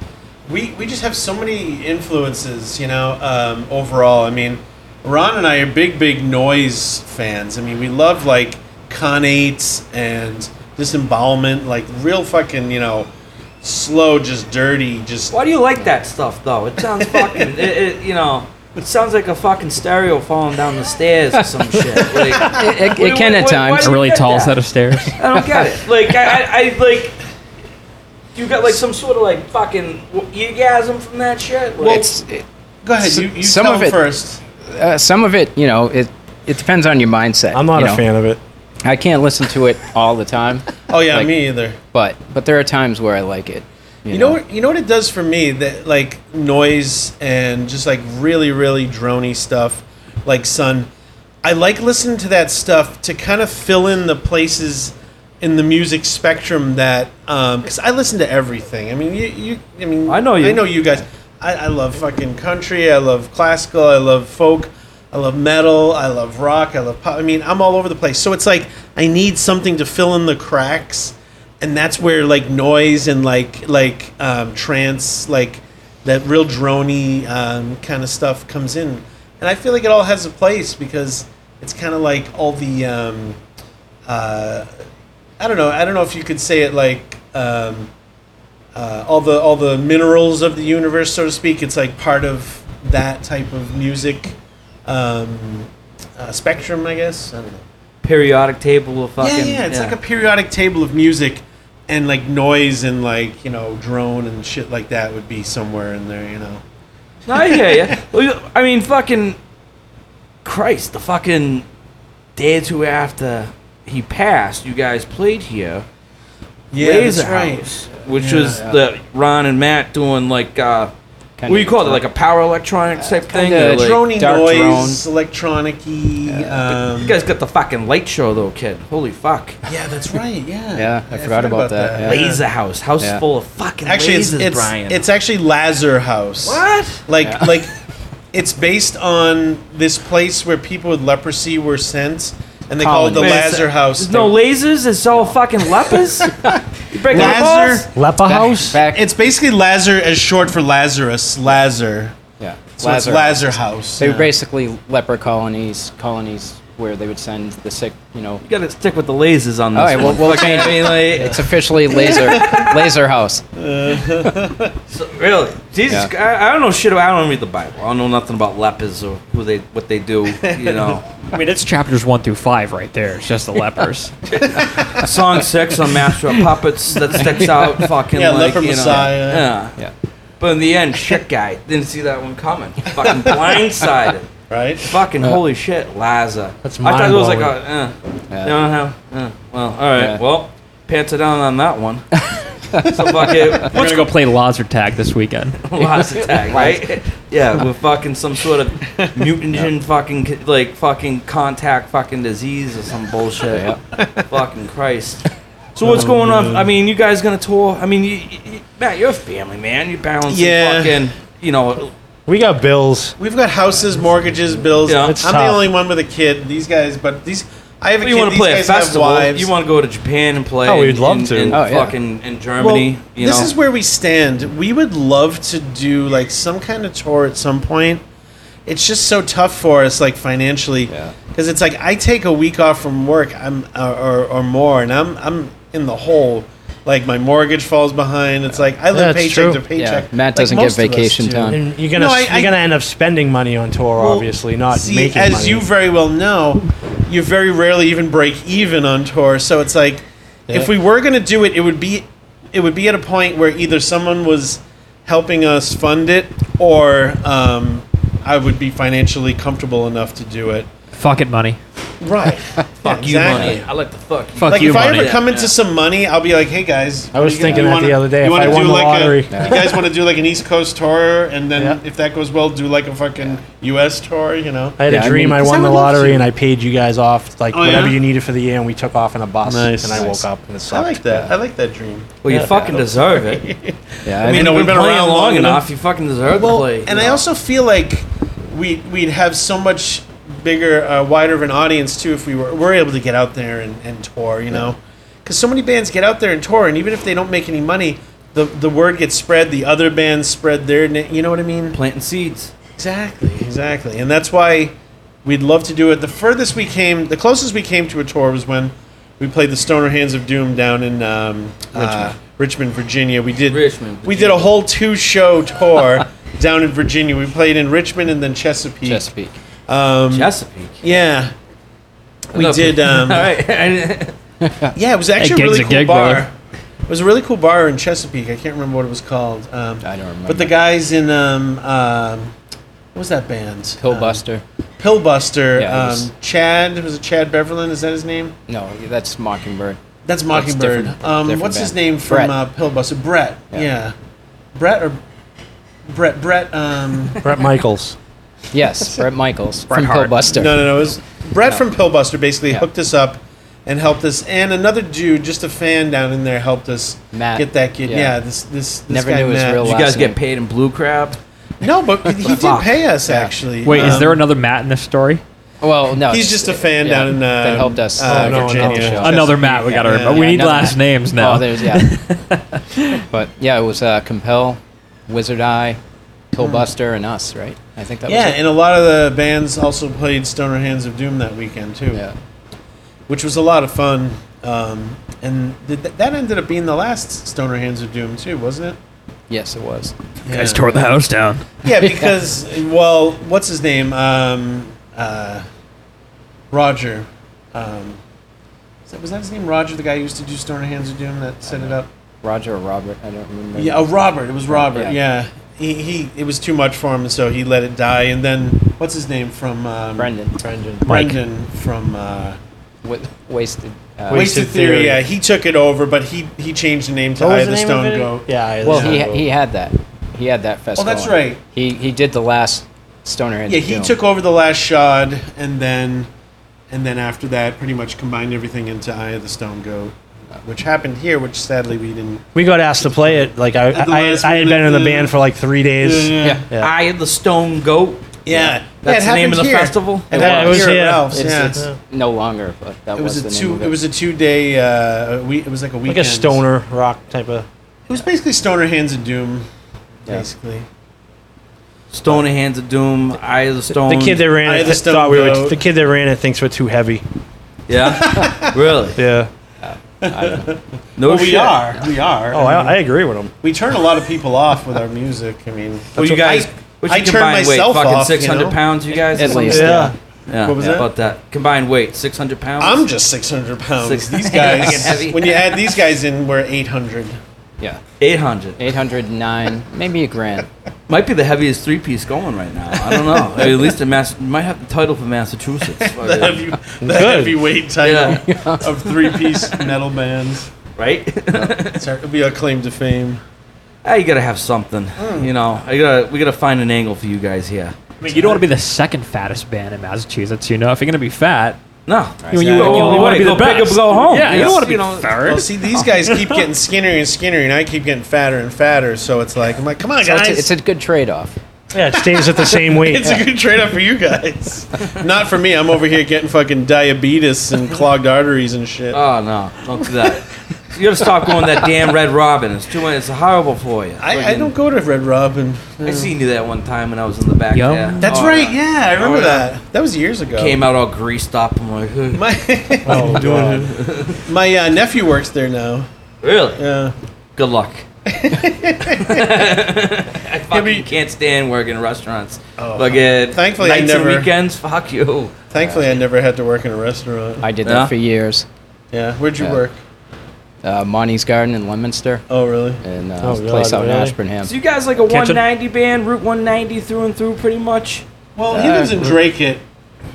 [SPEAKER 4] we we just have so many influences, you know. Um, overall, I mean, Ron and I are big, big noise fans. I mean, we love like conates and disembowelment, like real fucking, you know, slow, just dirty, just
[SPEAKER 1] Why do you like that stuff though? It sounds fucking. it, it, you know, it sounds like a fucking stereo falling down the stairs or some shit. Like,
[SPEAKER 5] it, it,
[SPEAKER 1] Wait,
[SPEAKER 5] it can
[SPEAKER 1] wait,
[SPEAKER 5] at
[SPEAKER 1] wait,
[SPEAKER 5] times.
[SPEAKER 6] A really
[SPEAKER 1] Yeah.
[SPEAKER 6] tall set of stairs.
[SPEAKER 1] I don't get it. Like I, I, I like. You got like some sort of like fucking orgasm from that shit. Like,
[SPEAKER 5] It's it,
[SPEAKER 4] Go ahead.
[SPEAKER 5] S-
[SPEAKER 4] You, you
[SPEAKER 5] some
[SPEAKER 4] tell
[SPEAKER 5] of
[SPEAKER 4] him
[SPEAKER 5] it-
[SPEAKER 4] first.
[SPEAKER 5] uh, some of it, you know, it it depends on your mindset.
[SPEAKER 3] I'm not
[SPEAKER 5] you
[SPEAKER 3] a
[SPEAKER 5] know.
[SPEAKER 3] fan of it.
[SPEAKER 5] I can't listen to it all the time,
[SPEAKER 4] Oh yeah,
[SPEAKER 5] Like-
[SPEAKER 4] me either.
[SPEAKER 5] but but there are times where I like it. You,
[SPEAKER 4] You know what? You know what it does for me that like noise and just like really really drony stuff, like sun. I like listening to that stuff to kind of fill in the places in the music spectrum that because I listen to everything. I mean, you, you I mean,
[SPEAKER 1] I know you.
[SPEAKER 4] I know you guys. I, I love fucking country. I love classical. I love folk. I love metal. I love rock. I love pop. I mean, I'm all over the place. So it's like I need something to fill in the cracks, and that's where like noise and like like um, trance, like that real drony um, kind of stuff comes in. And I feel like it all has a place because it's kind of like all the um, uh, I don't know. I don't know if you could say it like. Um, uh, all the all the minerals of the universe, so to speak. It's like part of that type of music um, uh, spectrum, I guess. I don't know.
[SPEAKER 1] periodic table of fucking.
[SPEAKER 4] yeah, yeah. It's like a periodic table of music, and like noise and like you know drone and shit like that would be somewhere in there, you know.
[SPEAKER 1] No, I hear ya. Well, you. I mean, fucking Christ, the fucking day or two after he passed, you guys played here. Laser House, which
[SPEAKER 4] Yeah.
[SPEAKER 1] was the Ron and Matt doing like uh, what
[SPEAKER 5] Kinda
[SPEAKER 1] do you call it? Like a power electronics type thing.
[SPEAKER 5] kinda
[SPEAKER 1] or, like-
[SPEAKER 4] Drony
[SPEAKER 5] dark
[SPEAKER 4] noise, electronicy. Um,
[SPEAKER 1] You guys got the fucking light show though, kid. Holy fuck.
[SPEAKER 4] yeah, [laughs] that's right. Yeah.
[SPEAKER 5] Yeah, I forgot about that, yeah.
[SPEAKER 1] Laser house, house
[SPEAKER 5] Yeah.
[SPEAKER 1] full of fucking
[SPEAKER 4] Actually, it's
[SPEAKER 1] lasers,
[SPEAKER 4] it's,
[SPEAKER 1] Brian.
[SPEAKER 4] it's actually Lazar House.
[SPEAKER 1] what?
[SPEAKER 4] like
[SPEAKER 5] Yeah.
[SPEAKER 4] like it's based on this place where people with leprosy were sent and they call it the
[SPEAKER 5] Colony.
[SPEAKER 4] Lazar House.
[SPEAKER 1] There's no lasers. uh, It's all fucking
[SPEAKER 5] [laughs]
[SPEAKER 1] lepers. you breaking the
[SPEAKER 4] Lazar-
[SPEAKER 1] balls?
[SPEAKER 3] Lepa
[SPEAKER 5] Back- back-
[SPEAKER 4] It's basically Lazar as short for Lazarus, Lazar.
[SPEAKER 5] yeah,
[SPEAKER 4] So Lazar.
[SPEAKER 5] Lazar.
[SPEAKER 4] it's Lazar House.
[SPEAKER 5] They were
[SPEAKER 4] yeah.
[SPEAKER 5] basically leper colonies, colonies where they would send the sick. You know,
[SPEAKER 1] You gotta stick with the lasers on this.
[SPEAKER 5] all right, well
[SPEAKER 1] one.
[SPEAKER 5] [laughs] we'll change.
[SPEAKER 1] I
[SPEAKER 5] it.
[SPEAKER 1] mean, like,
[SPEAKER 5] It's officially laser laser house.
[SPEAKER 1] so- really, Jesus,
[SPEAKER 5] Yeah.
[SPEAKER 1] I, I don't know shit. About, I don't read the Bible. I don't know nothing about lepers or who they, what they do. You
[SPEAKER 5] [laughs]
[SPEAKER 1] know,
[SPEAKER 6] I mean, it's chapters one through five right there. It's just the lepers.
[SPEAKER 1] song six on Master of Puppets that
[SPEAKER 5] [laughs]
[SPEAKER 1] sticks out. Fucking
[SPEAKER 4] Yeah,
[SPEAKER 1] like,
[SPEAKER 4] Leper
[SPEAKER 1] you know,
[SPEAKER 4] Messiah.
[SPEAKER 1] Yeah.
[SPEAKER 5] Yeah,
[SPEAKER 1] But in the end, shit guy didn't see that one
[SPEAKER 5] [laughs]
[SPEAKER 1] coming. Fucking blindsided.
[SPEAKER 4] right?
[SPEAKER 1] Fucking holy shit, Laza.
[SPEAKER 3] That's
[SPEAKER 1] I thought it was like a. Uh,
[SPEAKER 5] Yeah.
[SPEAKER 1] No, no, uh, well, all right.
[SPEAKER 5] Yeah.
[SPEAKER 1] Well, pants are down on that
[SPEAKER 5] [laughs]
[SPEAKER 1] one. so fucking
[SPEAKER 6] We're gonna go play Lazar Tag this
[SPEAKER 1] [laughs]
[SPEAKER 6] weekend.
[SPEAKER 1] Laza tag, right? yeah, with fucking some sort
[SPEAKER 4] [laughs]
[SPEAKER 1] of mutagen, fucking fucking c- like fucking contact, fucking disease or some bullshit. Fucking Christ. So what's
[SPEAKER 4] Oh,
[SPEAKER 1] going on? I mean, you guys gonna tour? I mean, you, you, Matt, you're a family man. You balance
[SPEAKER 4] Yeah.
[SPEAKER 1] fucking, you know,
[SPEAKER 3] We got bills.
[SPEAKER 4] We've got houses, mortgages, bills.
[SPEAKER 1] Yeah.
[SPEAKER 4] I'm
[SPEAKER 1] It's
[SPEAKER 4] the
[SPEAKER 3] tough.
[SPEAKER 4] only one with a kid. These guys, but these I have a
[SPEAKER 1] you
[SPEAKER 4] kid.
[SPEAKER 1] want to
[SPEAKER 4] these
[SPEAKER 1] play a
[SPEAKER 4] guys have
[SPEAKER 1] festival.
[SPEAKER 4] wives.
[SPEAKER 1] You want to go to Japan and play.
[SPEAKER 3] Oh, we'd
[SPEAKER 1] in-
[SPEAKER 3] love
[SPEAKER 1] in-
[SPEAKER 3] to.
[SPEAKER 1] In,
[SPEAKER 5] Oh, yeah.
[SPEAKER 1] fucking in Germany.
[SPEAKER 4] Well,
[SPEAKER 1] you know,
[SPEAKER 4] this is where we stand. We would love to do like some kind of tour at some point. It's just so tough for us, like financially, because it's like I take a week off from work, I'm or, or, or more, and I'm I'm in the hole. Like my mortgage falls behind. It's like I live
[SPEAKER 3] That's
[SPEAKER 4] paycheck
[SPEAKER 3] true.
[SPEAKER 4] to paycheck.
[SPEAKER 5] Yeah, Matt
[SPEAKER 4] like
[SPEAKER 5] doesn't get
[SPEAKER 4] most of us
[SPEAKER 5] vacation
[SPEAKER 4] do.
[SPEAKER 5] time.
[SPEAKER 3] And you're gonna
[SPEAKER 4] No, I-
[SPEAKER 3] you're
[SPEAKER 4] I-
[SPEAKER 3] gonna end up spending money on tour,
[SPEAKER 4] Well,
[SPEAKER 3] obviously, not
[SPEAKER 4] See,
[SPEAKER 3] making
[SPEAKER 4] as
[SPEAKER 3] money.
[SPEAKER 4] you very well know, you very rarely even break even on tour. So it's like, if we were going to do it, it would be, it would be at a point where either someone was helping us fund it, or um, I would be financially comfortable enough to do it.
[SPEAKER 6] Fuck it, money.
[SPEAKER 4] [laughs] Right.
[SPEAKER 1] fuck you money. I like the fuck. you.
[SPEAKER 6] Fuck
[SPEAKER 4] Like
[SPEAKER 6] you,
[SPEAKER 4] if
[SPEAKER 6] money.
[SPEAKER 4] I ever come
[SPEAKER 1] Yeah.
[SPEAKER 4] into some money, I'll be like, "Hey guys,
[SPEAKER 3] I was
[SPEAKER 4] what do you
[SPEAKER 3] thinking
[SPEAKER 4] guys-
[SPEAKER 3] that
[SPEAKER 4] wanna-
[SPEAKER 3] the other day,
[SPEAKER 4] You
[SPEAKER 3] if
[SPEAKER 4] wanna
[SPEAKER 3] I won
[SPEAKER 4] do
[SPEAKER 3] the
[SPEAKER 4] like
[SPEAKER 3] lottery.
[SPEAKER 4] a, [laughs] you guys want to do like an East Coast tour, and then
[SPEAKER 3] Yeah.
[SPEAKER 4] if that goes well, do like a fucking U.S. tour, you know?
[SPEAKER 3] I had
[SPEAKER 5] Yeah, I
[SPEAKER 3] a dream.
[SPEAKER 5] mean-
[SPEAKER 3] I, won the lottery and I paid you guys off like
[SPEAKER 4] Oh, yeah?
[SPEAKER 3] whatever you needed for the year, and we took off in a bus.
[SPEAKER 4] Nice.
[SPEAKER 3] And I
[SPEAKER 4] Nice.
[SPEAKER 3] woke up and it
[SPEAKER 4] I
[SPEAKER 3] sucked.
[SPEAKER 4] like that. I like that dream.
[SPEAKER 1] Well, you fucking deserve it.
[SPEAKER 5] Yeah,
[SPEAKER 1] I mean,
[SPEAKER 4] [laughs] you know,
[SPEAKER 1] we've
[SPEAKER 4] we've
[SPEAKER 1] been
[SPEAKER 4] been
[SPEAKER 1] playing
[SPEAKER 4] around
[SPEAKER 1] long,
[SPEAKER 4] long
[SPEAKER 1] enough.
[SPEAKER 4] enough.
[SPEAKER 1] You fucking deserve
[SPEAKER 4] Well,
[SPEAKER 1] to play.
[SPEAKER 4] and
[SPEAKER 1] you
[SPEAKER 4] I
[SPEAKER 1] know.
[SPEAKER 4] also feel like we we'd have so much bigger, uh, wider of an audience too if we were were able to get out there and, and tour. You know, because so many bands get out there and tour, and even if they don't make any money, the the word gets spread. The other bands spread their, na- you know what I mean?
[SPEAKER 1] planting seeds.
[SPEAKER 4] Exactly, exactly, and that's why we'd love to do it. The furthest we came, the closest we came to a tour was when. We played the Stoner Hands of Doom down in um, uh, Richmond, Virginia. We did
[SPEAKER 1] Richmond,
[SPEAKER 4] we did a whole two show tour down in Virginia. We played in Richmond and then Chesapeake.
[SPEAKER 5] Chesapeake.
[SPEAKER 4] Um,
[SPEAKER 1] Chesapeake.
[SPEAKER 4] yeah. We
[SPEAKER 1] Enough.
[SPEAKER 4] did.
[SPEAKER 1] [laughs]
[SPEAKER 4] Um,
[SPEAKER 1] All right.
[SPEAKER 4] Yeah, it was actually
[SPEAKER 6] gig's
[SPEAKER 4] a really
[SPEAKER 6] a
[SPEAKER 4] cool
[SPEAKER 6] gig,
[SPEAKER 4] bar.
[SPEAKER 6] brother.
[SPEAKER 4] It was a really cool bar in Chesapeake. I can't remember what it was called. Um,
[SPEAKER 5] I don't remember.
[SPEAKER 4] But the guys in um, um, what was that band?
[SPEAKER 5] Pillbuster.
[SPEAKER 4] Um, Pillbuster.
[SPEAKER 5] Yeah, it was-
[SPEAKER 4] um, Chad was it Chad Beverlin? Is that his name?
[SPEAKER 5] No, that's Mockingbird.
[SPEAKER 4] That's Mockingbird.
[SPEAKER 5] different-
[SPEAKER 4] um,
[SPEAKER 5] different
[SPEAKER 4] what's his
[SPEAKER 5] band.
[SPEAKER 4] name from
[SPEAKER 5] Brett.
[SPEAKER 4] Uh, Pillbuster? Brett.
[SPEAKER 5] Yeah.
[SPEAKER 4] Yeah. Brett or Brett? Brett.
[SPEAKER 5] [laughs]
[SPEAKER 4] Um,
[SPEAKER 3] Brett Michaels.
[SPEAKER 5] Yes, Brett Michaels from
[SPEAKER 6] Hart.
[SPEAKER 5] Pillbuster.
[SPEAKER 4] No, no, no. It was Brett from Pillbuster basically
[SPEAKER 5] Yeah.
[SPEAKER 4] hooked us up and helped us, and another dude, just a fan down in there, helped us
[SPEAKER 5] Matt.
[SPEAKER 4] get that kid.
[SPEAKER 5] Yeah.
[SPEAKER 4] Yeah, this this, this
[SPEAKER 5] Never
[SPEAKER 4] guy,
[SPEAKER 5] knew his
[SPEAKER 4] Matt.
[SPEAKER 5] real
[SPEAKER 1] Did you
[SPEAKER 5] Last
[SPEAKER 1] guys
[SPEAKER 5] name.
[SPEAKER 1] get paid in blue crab?
[SPEAKER 4] No, but
[SPEAKER 5] [laughs]
[SPEAKER 4] he did
[SPEAKER 1] Fuck.
[SPEAKER 4] pay us actually.
[SPEAKER 6] Wait, is
[SPEAKER 4] Um,
[SPEAKER 6] there another Matt in this story?
[SPEAKER 5] Well, no.
[SPEAKER 4] He's
[SPEAKER 5] it's-
[SPEAKER 4] just a fan
[SPEAKER 5] yeah,
[SPEAKER 4] down in uh,
[SPEAKER 5] that helped us.
[SPEAKER 4] Uh,
[SPEAKER 5] uh,
[SPEAKER 3] no,
[SPEAKER 5] get
[SPEAKER 4] Virginia.
[SPEAKER 5] on the show.
[SPEAKER 4] Yes.
[SPEAKER 6] Another Matt. We gotta
[SPEAKER 4] Yeah.
[SPEAKER 6] remember. we
[SPEAKER 5] Yeah,
[SPEAKER 6] need
[SPEAKER 5] another
[SPEAKER 6] last
[SPEAKER 5] Matt.
[SPEAKER 6] names now.
[SPEAKER 5] Oh, there's yeah. but yeah, it was uh, Compel, Wizard Eye, Pillbuster, and us, right? I think that
[SPEAKER 4] Yeah,
[SPEAKER 5] was it.
[SPEAKER 4] and a lot of the bands also played Stoner Hands of Doom that weekend too,
[SPEAKER 5] yeah.
[SPEAKER 4] which was a lot of fun. Um, and th- th- that ended up being the last Stoner Hands of Doom too, wasn't it?
[SPEAKER 5] Yes, it was.
[SPEAKER 4] Yeah.
[SPEAKER 6] the house down.
[SPEAKER 5] [laughs]
[SPEAKER 4] Yeah, because well, what's his name? Um, uh, Roger. Um, is that- was that his name? Roger, the guy who used to do Stoner Hands of Doom that set it up.
[SPEAKER 5] Roger or Robert, I don't remember.
[SPEAKER 4] Yeah, oh, Robert. It was Robert.
[SPEAKER 5] Yeah.
[SPEAKER 4] Yeah. He, he it was too much for him, so he let it die. And then what's his name from um,
[SPEAKER 5] Brendan.
[SPEAKER 4] Brendan.
[SPEAKER 6] Mike.
[SPEAKER 4] Brendan from uh,
[SPEAKER 5] Wa- wasted. Uh,
[SPEAKER 4] Wasted,
[SPEAKER 3] Wasted
[SPEAKER 4] Theory.
[SPEAKER 3] Theory.
[SPEAKER 4] Yeah, he took it over, but he he changed the name to Eye of the Stone Goat.
[SPEAKER 3] Yeah. I-
[SPEAKER 5] Well,
[SPEAKER 3] yeah.
[SPEAKER 5] he, he had that. He had that festival.
[SPEAKER 4] Oh, that's right.
[SPEAKER 5] He he did the last Stoner. Hands
[SPEAKER 4] Yeah,
[SPEAKER 5] of
[SPEAKER 4] he
[SPEAKER 5] Doom.
[SPEAKER 4] took over the last shod, and then, and then after that, pretty much combined everything into Eye of the Stone Goat, uh, which happened here, which sadly we didn't.
[SPEAKER 3] we got asked to play it. Like I, I,
[SPEAKER 4] the
[SPEAKER 3] I,
[SPEAKER 4] last
[SPEAKER 3] I had
[SPEAKER 4] one
[SPEAKER 3] been in the
[SPEAKER 4] that-
[SPEAKER 3] band for like three days.
[SPEAKER 5] Yeah.
[SPEAKER 3] Yeah.
[SPEAKER 1] I am the stone goat.
[SPEAKER 4] yeah.
[SPEAKER 1] That's
[SPEAKER 4] it
[SPEAKER 1] the name
[SPEAKER 4] happened
[SPEAKER 1] of the
[SPEAKER 4] here.
[SPEAKER 1] festival?
[SPEAKER 4] It,
[SPEAKER 5] It
[SPEAKER 4] happened
[SPEAKER 5] was.
[SPEAKER 4] here
[SPEAKER 3] Yeah.
[SPEAKER 4] at Ralph's.
[SPEAKER 5] It's-
[SPEAKER 4] yeah.
[SPEAKER 5] it's no longer, but that
[SPEAKER 4] it was,
[SPEAKER 5] was, the
[SPEAKER 4] a
[SPEAKER 5] name
[SPEAKER 4] two.
[SPEAKER 5] of
[SPEAKER 4] It. was a two day. Uh, we, it was like a
[SPEAKER 3] Like
[SPEAKER 4] weekend.
[SPEAKER 3] a stoner rock type of.
[SPEAKER 4] It was basically Stoner Hands of Doom,
[SPEAKER 5] Yeah.
[SPEAKER 4] basically.
[SPEAKER 1] Stone and Hands of Doom, Eye of the Stone.
[SPEAKER 3] The kid that ran
[SPEAKER 4] Eye
[SPEAKER 3] it
[SPEAKER 4] of the
[SPEAKER 3] th-
[SPEAKER 4] Stone
[SPEAKER 3] thought we were.
[SPEAKER 4] Goat.
[SPEAKER 3] The kid that ran it thinks we're too heavy.
[SPEAKER 4] [laughs]
[SPEAKER 1] Yeah. really?
[SPEAKER 3] Yeah.
[SPEAKER 5] I don't know.
[SPEAKER 1] No
[SPEAKER 4] well, we
[SPEAKER 1] Oh, shit.
[SPEAKER 4] are. We are.
[SPEAKER 3] Oh,
[SPEAKER 4] I mean,
[SPEAKER 3] I, I agree with him.
[SPEAKER 4] we turn a lot of people off with our music. I mean,
[SPEAKER 1] Well, you guys.
[SPEAKER 4] I,
[SPEAKER 1] Which
[SPEAKER 4] I
[SPEAKER 1] you
[SPEAKER 4] turned
[SPEAKER 1] combined weight,
[SPEAKER 4] myself
[SPEAKER 1] fucking
[SPEAKER 4] off.
[SPEAKER 1] 600
[SPEAKER 4] you know?
[SPEAKER 1] pounds, you guys?
[SPEAKER 5] At
[SPEAKER 1] or something?
[SPEAKER 5] least.
[SPEAKER 3] Yeah.
[SPEAKER 1] Yeah,
[SPEAKER 4] What was
[SPEAKER 1] yeah,
[SPEAKER 4] that?
[SPEAKER 1] about that. Combined weight, 600 pounds.
[SPEAKER 4] I'm just 600 pounds.
[SPEAKER 1] Six- [laughs]
[SPEAKER 4] These
[SPEAKER 1] Fucking
[SPEAKER 4] guys,
[SPEAKER 1] heavy.
[SPEAKER 4] when you add these guys in, we're
[SPEAKER 1] [laughs]
[SPEAKER 4] 800.
[SPEAKER 5] Yeah,
[SPEAKER 1] 800.
[SPEAKER 5] eight hundred nine, maybe
[SPEAKER 4] [laughs]
[SPEAKER 5] a grand.
[SPEAKER 1] Might be the heaviest three piece going right now. I don't know. At least in Mass, might have the title for Massachusetts.
[SPEAKER 4] [laughs] The,
[SPEAKER 1] Fucking-
[SPEAKER 4] heavy, the heavyweight title [laughs] of three piece
[SPEAKER 1] [laughs]
[SPEAKER 4] metal bands.
[SPEAKER 1] right?
[SPEAKER 4] It's our- It'll be our claim to fame.
[SPEAKER 1] Ah, you gotta have something. You know, I gotta we gotta find an angle for you guys here.
[SPEAKER 6] I mean, you don't want to be the second fattest band in Massachusetts. You know, if you're gonna be fat,
[SPEAKER 1] No.
[SPEAKER 6] You, you,
[SPEAKER 1] Go all the way.
[SPEAKER 6] want to be the
[SPEAKER 1] Go big
[SPEAKER 6] best.
[SPEAKER 1] or go home.
[SPEAKER 6] Yeah, you
[SPEAKER 1] Yes.
[SPEAKER 6] don't want to be
[SPEAKER 1] You know,
[SPEAKER 6] third.
[SPEAKER 4] Well, see, these guys keep getting skinnier and skinnier, and I keep getting fatter and fatter. So it's like I'm like, come on,
[SPEAKER 5] So
[SPEAKER 4] guys.
[SPEAKER 5] it's, a, it's a good trade-off.
[SPEAKER 3] Yeah, it stays at the
[SPEAKER 6] [laughs]
[SPEAKER 3] same weight.
[SPEAKER 4] [laughs] It's a good trade off for
[SPEAKER 1] [laughs]
[SPEAKER 4] you guys. Not for me. I'm over here getting fucking diabetes and clogged arteries and shit.
[SPEAKER 1] Oh no, don't do that. you gotta stop going that damn Red Robin. It's too it's horrible for you.
[SPEAKER 4] I, I don't go to Red Robin.
[SPEAKER 1] I seen you that one time when I was in the back.
[SPEAKER 6] Yum.
[SPEAKER 1] there.
[SPEAKER 4] That's
[SPEAKER 1] Oh,
[SPEAKER 4] right. Yeah, I remember
[SPEAKER 1] Oh, yeah.
[SPEAKER 4] that. That was years ago.
[SPEAKER 1] Came out all greased up. I'm like, "Huh."
[SPEAKER 4] My [laughs]
[SPEAKER 3] Oh, God.
[SPEAKER 4] my uh, nephew works there now.
[SPEAKER 1] really?
[SPEAKER 4] Yeah.
[SPEAKER 1] Good
[SPEAKER 4] [laughs]
[SPEAKER 1] luck. [laughs] I fucking
[SPEAKER 4] but-
[SPEAKER 1] can't stand working in restaurants.
[SPEAKER 4] Oh.
[SPEAKER 1] Look at
[SPEAKER 4] Thankfully, I
[SPEAKER 1] nights
[SPEAKER 4] never-
[SPEAKER 1] and weekends. Fuck you.
[SPEAKER 4] Thankfully, I never had to work in a restaurant.
[SPEAKER 5] I did
[SPEAKER 1] Yeah?
[SPEAKER 5] that for years.
[SPEAKER 4] Yeah. Where'd you
[SPEAKER 5] Yeah.
[SPEAKER 4] work?
[SPEAKER 5] Uh, Monty's Garden in Leominster
[SPEAKER 4] Oh, really?
[SPEAKER 5] and uh,
[SPEAKER 3] Oh,
[SPEAKER 5] a place
[SPEAKER 3] God,
[SPEAKER 5] out in
[SPEAKER 3] really?
[SPEAKER 5] Ashburnham.
[SPEAKER 1] So you guys like a
[SPEAKER 6] Catch 'em.
[SPEAKER 1] 190 band, Route 190 through and through, pretty much.
[SPEAKER 4] Well, he lives in Drake. It.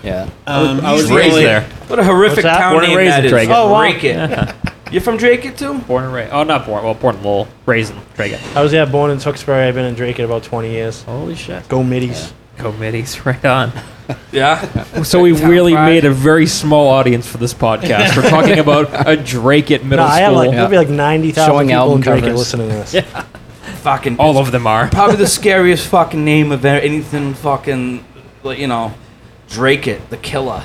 [SPEAKER 5] Yeah.
[SPEAKER 4] Um,
[SPEAKER 2] I was
[SPEAKER 4] he's the
[SPEAKER 2] raised
[SPEAKER 4] only-
[SPEAKER 2] there.
[SPEAKER 1] What a horrific
[SPEAKER 6] What's that?
[SPEAKER 1] town
[SPEAKER 6] Born and
[SPEAKER 1] name
[SPEAKER 6] raised
[SPEAKER 1] that
[SPEAKER 6] in
[SPEAKER 1] is.
[SPEAKER 6] Drake.
[SPEAKER 1] Oh,
[SPEAKER 6] Oh, wow.
[SPEAKER 1] Drake it. you from Drake it too?
[SPEAKER 6] Born and raised. Oh, not born. Well, born in Lowell. Raised in Dragon.
[SPEAKER 3] I was yeah, born in Tewksbury. I've been in Drake in about 20 years.
[SPEAKER 6] Holy shit.
[SPEAKER 3] Go middies.
[SPEAKER 6] Committees, right on.
[SPEAKER 1] Yeah.
[SPEAKER 6] So we
[SPEAKER 1] Town
[SPEAKER 6] really
[SPEAKER 1] pride.
[SPEAKER 6] made a very small audience for this podcast. We're
[SPEAKER 3] [laughs]
[SPEAKER 6] talking about a Drake at middle
[SPEAKER 3] No, I had
[SPEAKER 6] school.
[SPEAKER 3] like there'd be like 90,000
[SPEAKER 5] Showing
[SPEAKER 3] people
[SPEAKER 5] album
[SPEAKER 3] in Drake
[SPEAKER 5] covers.
[SPEAKER 3] listening to this.
[SPEAKER 1] fucking
[SPEAKER 6] All of them are.
[SPEAKER 1] probably the scariest fucking name of anything fucking like, you know drake it the killer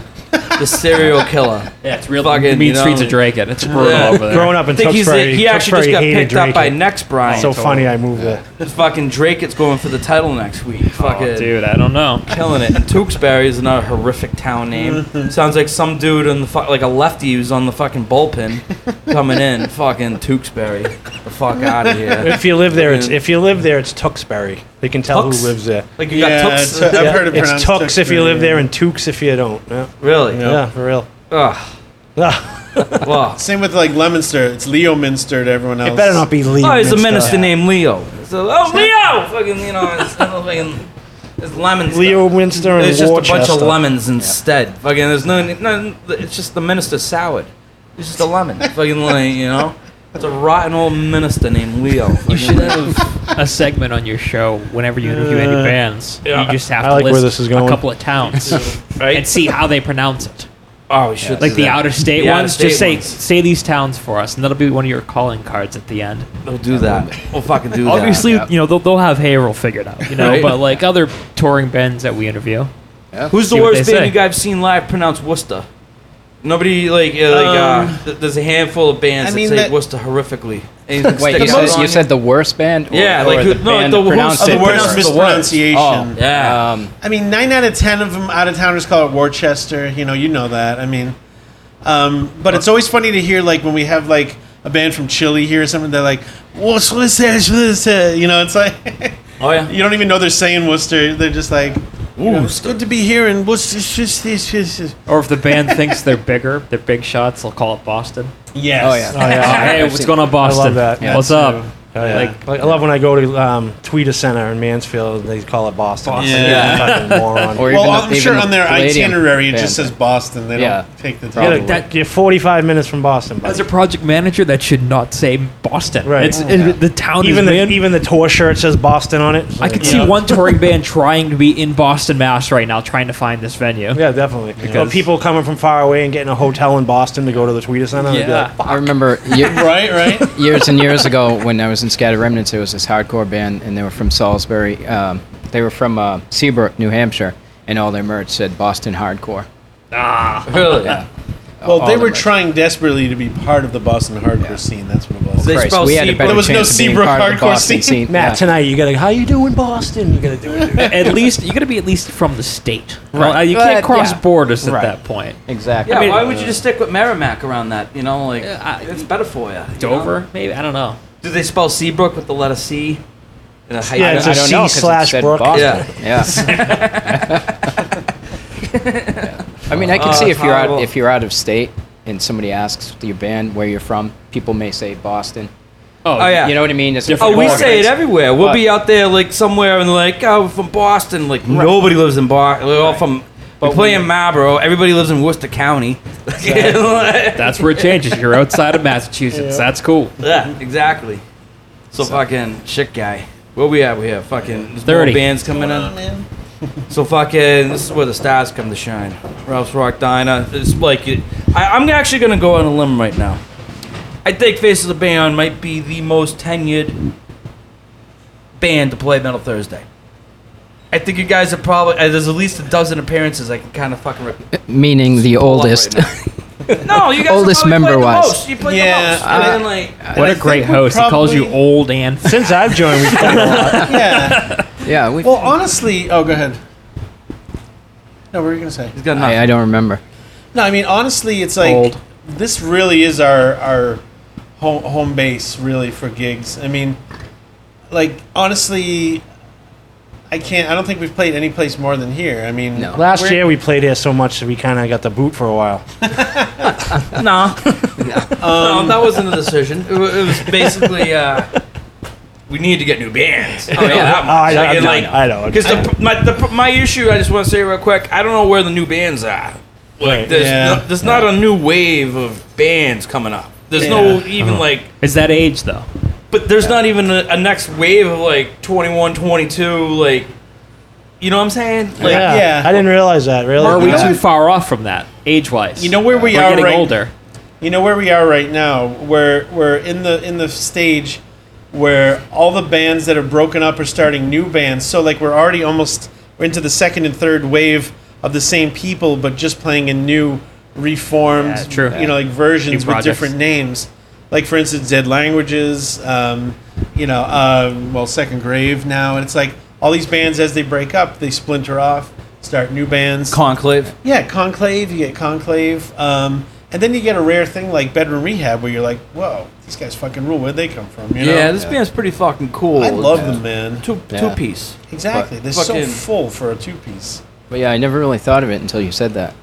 [SPEAKER 1] the serial killer
[SPEAKER 6] Yeah, it's real.
[SPEAKER 1] Fucking,
[SPEAKER 6] the mean
[SPEAKER 1] you know-
[SPEAKER 6] streets of Drake, and it's brutal
[SPEAKER 1] Yeah.
[SPEAKER 6] over there.
[SPEAKER 3] Growing up
[SPEAKER 1] I
[SPEAKER 3] in
[SPEAKER 1] think he's
[SPEAKER 3] Tewksbury,
[SPEAKER 1] the, he actually just
[SPEAKER 3] Tewksbury
[SPEAKER 1] got
[SPEAKER 3] hated
[SPEAKER 1] picked up
[SPEAKER 3] Drake.
[SPEAKER 1] by next Brian.
[SPEAKER 3] so
[SPEAKER 1] So
[SPEAKER 3] funny I moved there.
[SPEAKER 1] fucking Drake, it's going for the title next week.
[SPEAKER 6] Oh,
[SPEAKER 1] Fucking
[SPEAKER 6] dude, I don't know.
[SPEAKER 1] killing it. And Tewksbury is another horrific town name. Sounds like some dude in the fu- like a lefty who's on the fucking bullpen coming in. Fucking Tewksbury, the fuck out of here.
[SPEAKER 3] [laughs] If you live there, it's
[SPEAKER 1] Yeah.
[SPEAKER 3] if you live there, it's Tewksbury. They can tell
[SPEAKER 1] Tux?
[SPEAKER 3] who lives there.
[SPEAKER 1] Like you
[SPEAKER 4] Yeah,
[SPEAKER 1] got
[SPEAKER 4] it's- I've
[SPEAKER 1] Tewks.
[SPEAKER 4] heard it
[SPEAKER 3] It's uh,
[SPEAKER 4] pronounced
[SPEAKER 3] Tux if you
[SPEAKER 4] Tewksbury,
[SPEAKER 3] live
[SPEAKER 4] yeah.
[SPEAKER 3] there, and Tukes if you don't. Yeah,
[SPEAKER 1] Really?
[SPEAKER 4] Yeah.
[SPEAKER 3] yeah. for real. [laughs]
[SPEAKER 1] Ugh.
[SPEAKER 3] Ah,
[SPEAKER 4] [laughs]
[SPEAKER 1] Wow.
[SPEAKER 4] Same with like Leominster. It's Leominster to everyone else.
[SPEAKER 3] it better not be Lee.
[SPEAKER 1] Oh, there's a
[SPEAKER 3] Minster.
[SPEAKER 1] minister named Leo. So, oh, Leo! Fucking, you know, it's, it's fucking, it's lemons.
[SPEAKER 3] Leo Winster and
[SPEAKER 1] There's just a bunch of
[SPEAKER 3] Worcester.
[SPEAKER 1] lemons instead. Fucking, there's no, no, it's just the minister salad. It's just a lemon. Fucking, like, you know? It's a rotten old minister named Leo. You should have.
[SPEAKER 6] A segment on your show, whenever you interview any
[SPEAKER 3] Uh,
[SPEAKER 6] bands, you just have
[SPEAKER 3] I
[SPEAKER 6] to
[SPEAKER 3] like where
[SPEAKER 6] list
[SPEAKER 3] this is going.
[SPEAKER 6] a couple of towns
[SPEAKER 1] [laughs]
[SPEAKER 3] Oh,
[SPEAKER 1] Right?
[SPEAKER 6] and see how they pronounce it.
[SPEAKER 1] oh, we should.
[SPEAKER 6] Like
[SPEAKER 1] do
[SPEAKER 6] the
[SPEAKER 1] that.
[SPEAKER 6] outer state
[SPEAKER 1] The
[SPEAKER 6] ones,
[SPEAKER 1] out-of-state
[SPEAKER 6] just say
[SPEAKER 1] ones.
[SPEAKER 6] say these towns for us, and that'll be one of your calling cards at the end.
[SPEAKER 1] We'll do that. We'll fucking do that.
[SPEAKER 6] Obviously, you know they'll, they'll have Hayrol figured out, you know.
[SPEAKER 1] Right.
[SPEAKER 6] But like other touring bands that we interview,
[SPEAKER 1] Who's the
[SPEAKER 6] See what
[SPEAKER 1] worst
[SPEAKER 6] they
[SPEAKER 1] band
[SPEAKER 6] say.
[SPEAKER 1] you guys seen live pronounced Worcester? Nobody like uh, like uh, th- there's a handful of bands
[SPEAKER 4] I
[SPEAKER 1] that
[SPEAKER 4] mean,
[SPEAKER 1] say
[SPEAKER 4] that-
[SPEAKER 1] Worcester horrifically. Anything
[SPEAKER 5] Wait, you
[SPEAKER 1] sticks out
[SPEAKER 5] said,
[SPEAKER 1] on
[SPEAKER 5] you said the worst band? Or,
[SPEAKER 1] Yeah, like
[SPEAKER 5] or
[SPEAKER 1] who-
[SPEAKER 5] the
[SPEAKER 1] no,
[SPEAKER 5] band
[SPEAKER 1] the
[SPEAKER 5] that
[SPEAKER 1] worst-
[SPEAKER 5] pronounced
[SPEAKER 1] oh, the
[SPEAKER 5] it
[SPEAKER 4] the worst
[SPEAKER 1] worst.
[SPEAKER 4] mispronunciation.
[SPEAKER 5] Oh.
[SPEAKER 1] Yeah.
[SPEAKER 5] Um,
[SPEAKER 4] I mean, nine out of ten of them out of towners call it Worcester. You know, you know that. I mean, um, but it's always funny to hear like when we have like a band from Chile here or something. They're like Worcester, you know. It's like [laughs]
[SPEAKER 1] oh yeah.
[SPEAKER 4] you don't even know they're saying Worcester. They're just like, "Ooh, it's good to be here in Worcester."
[SPEAKER 6] or if the band thinks they're bigger, they're big shots, they'll call it Boston.
[SPEAKER 4] Yes.
[SPEAKER 5] oh, yeah.
[SPEAKER 3] [laughs] Oh, yeah.
[SPEAKER 6] hey, what's going on, Boston?
[SPEAKER 3] love that. Yeah,
[SPEAKER 6] what's up?
[SPEAKER 3] Oh, yeah.
[SPEAKER 6] Like-
[SPEAKER 3] like, I love when I go to um, Tweeter Center in Mansfield. They call it Boston.
[SPEAKER 4] Yeah.
[SPEAKER 3] Fucking moron.
[SPEAKER 5] Or
[SPEAKER 4] Well,
[SPEAKER 5] even the-
[SPEAKER 4] I'm sure
[SPEAKER 5] even the
[SPEAKER 4] on their
[SPEAKER 5] Palladium
[SPEAKER 4] itinerary it
[SPEAKER 5] band.
[SPEAKER 4] just says Boston. They
[SPEAKER 5] Yeah.
[SPEAKER 4] don't take the
[SPEAKER 3] Yeah,
[SPEAKER 4] time.
[SPEAKER 3] like that- you're 45 minutes from Boston. buddy.
[SPEAKER 6] As a project manager, that should not say Boston.
[SPEAKER 3] Right.
[SPEAKER 6] It's it- the town
[SPEAKER 3] even
[SPEAKER 6] is
[SPEAKER 3] the
[SPEAKER 6] in-
[SPEAKER 3] even the tour shirt says Boston on it.
[SPEAKER 6] I could see
[SPEAKER 3] Yeah.
[SPEAKER 6] one
[SPEAKER 3] [laughs]
[SPEAKER 6] touring band trying to be in Boston, Mass, right now, trying to find this venue.
[SPEAKER 3] Yeah, definitely.
[SPEAKER 6] Because-
[SPEAKER 3] Because people coming from far away and getting a hotel in Boston to go to the Tweeter Center. they'd be
[SPEAKER 6] Yeah.
[SPEAKER 3] like, "Fuck."
[SPEAKER 5] I remember ye-
[SPEAKER 4] Right,
[SPEAKER 5] [laughs]
[SPEAKER 4] right.
[SPEAKER 5] years and years ago when I was in Scattered Remnants, it was this hardcore band, and they were from Salisbury. Um, they were from uh, Seabrook, New Hampshire, and all their merch said Boston Hardcore.
[SPEAKER 1] [laughs] Really?
[SPEAKER 4] Well,
[SPEAKER 5] Oh, All
[SPEAKER 4] they
[SPEAKER 5] the
[SPEAKER 4] were
[SPEAKER 5] merch.
[SPEAKER 4] trying desperately to be part of the Boston hardcore scene. That's what it was.
[SPEAKER 5] [laughs]
[SPEAKER 1] They
[SPEAKER 5] Christ,
[SPEAKER 1] spell
[SPEAKER 5] we had a
[SPEAKER 1] Seabrook.
[SPEAKER 5] better
[SPEAKER 4] There was no
[SPEAKER 5] chance of being
[SPEAKER 4] Seabrook
[SPEAKER 5] part of the
[SPEAKER 4] hardcore
[SPEAKER 5] Boston
[SPEAKER 4] scene.
[SPEAKER 5] scene.
[SPEAKER 3] Matt,
[SPEAKER 5] Yeah.
[SPEAKER 3] tonight you gotta how you doing Boston? You gotta do it.
[SPEAKER 6] [laughs]
[SPEAKER 3] dude."
[SPEAKER 6] at least you got to be at least from the state. Right. you
[SPEAKER 5] But,
[SPEAKER 6] can't cross
[SPEAKER 5] yeah.
[SPEAKER 6] borders at
[SPEAKER 5] Right.
[SPEAKER 6] that point.
[SPEAKER 5] Exactly.
[SPEAKER 1] Yeah, why would you just stick with Merrimack around that? You know, like
[SPEAKER 6] Yeah, I-
[SPEAKER 1] it's better for you. you know?
[SPEAKER 6] Dover, maybe I don't know.
[SPEAKER 1] Do they spell Seabrook with the letter C? And a hyphen?
[SPEAKER 3] Yeah, it's
[SPEAKER 5] I
[SPEAKER 3] a
[SPEAKER 5] don't
[SPEAKER 3] C
[SPEAKER 5] know, 'cause it
[SPEAKER 3] slash
[SPEAKER 5] said
[SPEAKER 3] Brook.
[SPEAKER 5] Boston.
[SPEAKER 1] Yeah.
[SPEAKER 5] Yeah.
[SPEAKER 1] [laughs]
[SPEAKER 5] Yeah. I mean, I can
[SPEAKER 1] Oh,
[SPEAKER 5] see
[SPEAKER 1] it's
[SPEAKER 5] if you're out
[SPEAKER 1] horrible.
[SPEAKER 5] if you're out of state and somebody asks your band where you're from, people may say Boston.
[SPEAKER 1] Oh, yeah.
[SPEAKER 5] You know what I mean? It's a
[SPEAKER 1] Oh, we
[SPEAKER 5] different
[SPEAKER 1] say it
[SPEAKER 5] reference.
[SPEAKER 1] everywhere. We'll
[SPEAKER 5] But-
[SPEAKER 1] be out there like somewhere and like, oh, from Boston. Like nobody lives in Boston. We're all from. We're playing Marlboro. Everybody lives in Worcester County. [laughs] yeah,
[SPEAKER 6] That's where it changes. You're outside of Massachusetts.
[SPEAKER 3] [laughs]
[SPEAKER 6] That's cool.
[SPEAKER 1] exactly. So, fucking shit, guy. Where we at? We have fucking there's more
[SPEAKER 6] 30.
[SPEAKER 1] bands coming in.
[SPEAKER 4] man.
[SPEAKER 1] So fucking, this is where the stars come to shine. Ralph's Rock Diner. It's like it, I, I'm actually gonna go on a limb right now. I think Faces of the Band might be the most tenured band to play Metal Thursday. I think you guys are probably uh, there's at least a dozen appearances I can kind of fucking. Re-
[SPEAKER 5] Meaning the
[SPEAKER 1] pull up
[SPEAKER 5] oldest. [laughs]
[SPEAKER 1] right no, you guys are
[SPEAKER 5] Oldest
[SPEAKER 1] probably
[SPEAKER 5] member
[SPEAKER 1] played the
[SPEAKER 5] was.
[SPEAKER 1] most. You played
[SPEAKER 4] Yeah,
[SPEAKER 1] the most. I mean, like,
[SPEAKER 6] What a great
[SPEAKER 4] think we
[SPEAKER 6] host. He calls you
[SPEAKER 4] probably-
[SPEAKER 6] old and [laughs] fit.
[SPEAKER 3] Since I've joined, we've played a lot.
[SPEAKER 4] yeah.
[SPEAKER 5] yeah, we.
[SPEAKER 4] Well, honestly, oh, go ahead. No, what were you gonna say?
[SPEAKER 1] he's got nothing.
[SPEAKER 5] [laughs] I, I don't remember.
[SPEAKER 4] No, I mean honestly, it's like
[SPEAKER 6] Old.
[SPEAKER 4] this really is our our home, home base really for gigs. I mean, like honestly, I can't. I don't think we've played any place more than here. I mean,
[SPEAKER 5] No.
[SPEAKER 3] Last
[SPEAKER 4] We're-
[SPEAKER 3] year we played here so much that we kind of got the boot for a while.
[SPEAKER 1] Nah. [laughs] no, that wasn't a decision. It, wa- it was basically uh, we need to get new bands. I know that much.
[SPEAKER 3] Oh, Ah, I know,
[SPEAKER 1] Like,
[SPEAKER 3] I
[SPEAKER 1] and,
[SPEAKER 3] know,
[SPEAKER 1] like,
[SPEAKER 3] I know.
[SPEAKER 1] Because the, pr- my, the, pr- my issue, I just want to say real quick, I don't know where the new bands are.
[SPEAKER 3] Right.
[SPEAKER 1] There's,
[SPEAKER 4] Yeah.
[SPEAKER 1] no- there's not a new wave of bands coming up. There's no even
[SPEAKER 3] Uh-huh.
[SPEAKER 1] like,
[SPEAKER 6] Is that age though?
[SPEAKER 1] but there's not even a, a next wave of like 21, 22, like, you know what I'm saying? Like,
[SPEAKER 4] Yeah.
[SPEAKER 3] I didn't realize that. Really?
[SPEAKER 6] Or are we
[SPEAKER 4] You know
[SPEAKER 6] too
[SPEAKER 4] what-
[SPEAKER 6] far off from that age wise?
[SPEAKER 4] You know where we
[SPEAKER 6] We're
[SPEAKER 4] are
[SPEAKER 6] getting
[SPEAKER 4] right-
[SPEAKER 6] older.
[SPEAKER 4] you know where we are right now. We're we're in the in the stage where all the bands that are broken up are starting new bands. So like we're already almost we're into the second and third wave of the same people, but just playing in new reformed,
[SPEAKER 6] Yeah, true.
[SPEAKER 4] you know, like versions with
[SPEAKER 6] projects.
[SPEAKER 4] different names. Like for instance, Dead Languages, um, you know, um, well, Second Grave now, and it's like all these bands as they break up, they splinter off, start new bands.
[SPEAKER 1] Conclave.
[SPEAKER 4] Yeah, Conclave. You get Conclave, um, and then you get a rare thing like Bedroom Rehab, where you're like, "Whoa, these guys fucking rule. Where'd they come from?" You know?
[SPEAKER 1] yeah, this band's pretty fucking cool.
[SPEAKER 4] I love them, man.
[SPEAKER 1] Two,
[SPEAKER 5] Yeah.
[SPEAKER 1] two piece.
[SPEAKER 4] Exactly, they're so
[SPEAKER 1] Fucking-
[SPEAKER 4] full for a two piece.
[SPEAKER 5] But yeah, I never really thought of it until you said that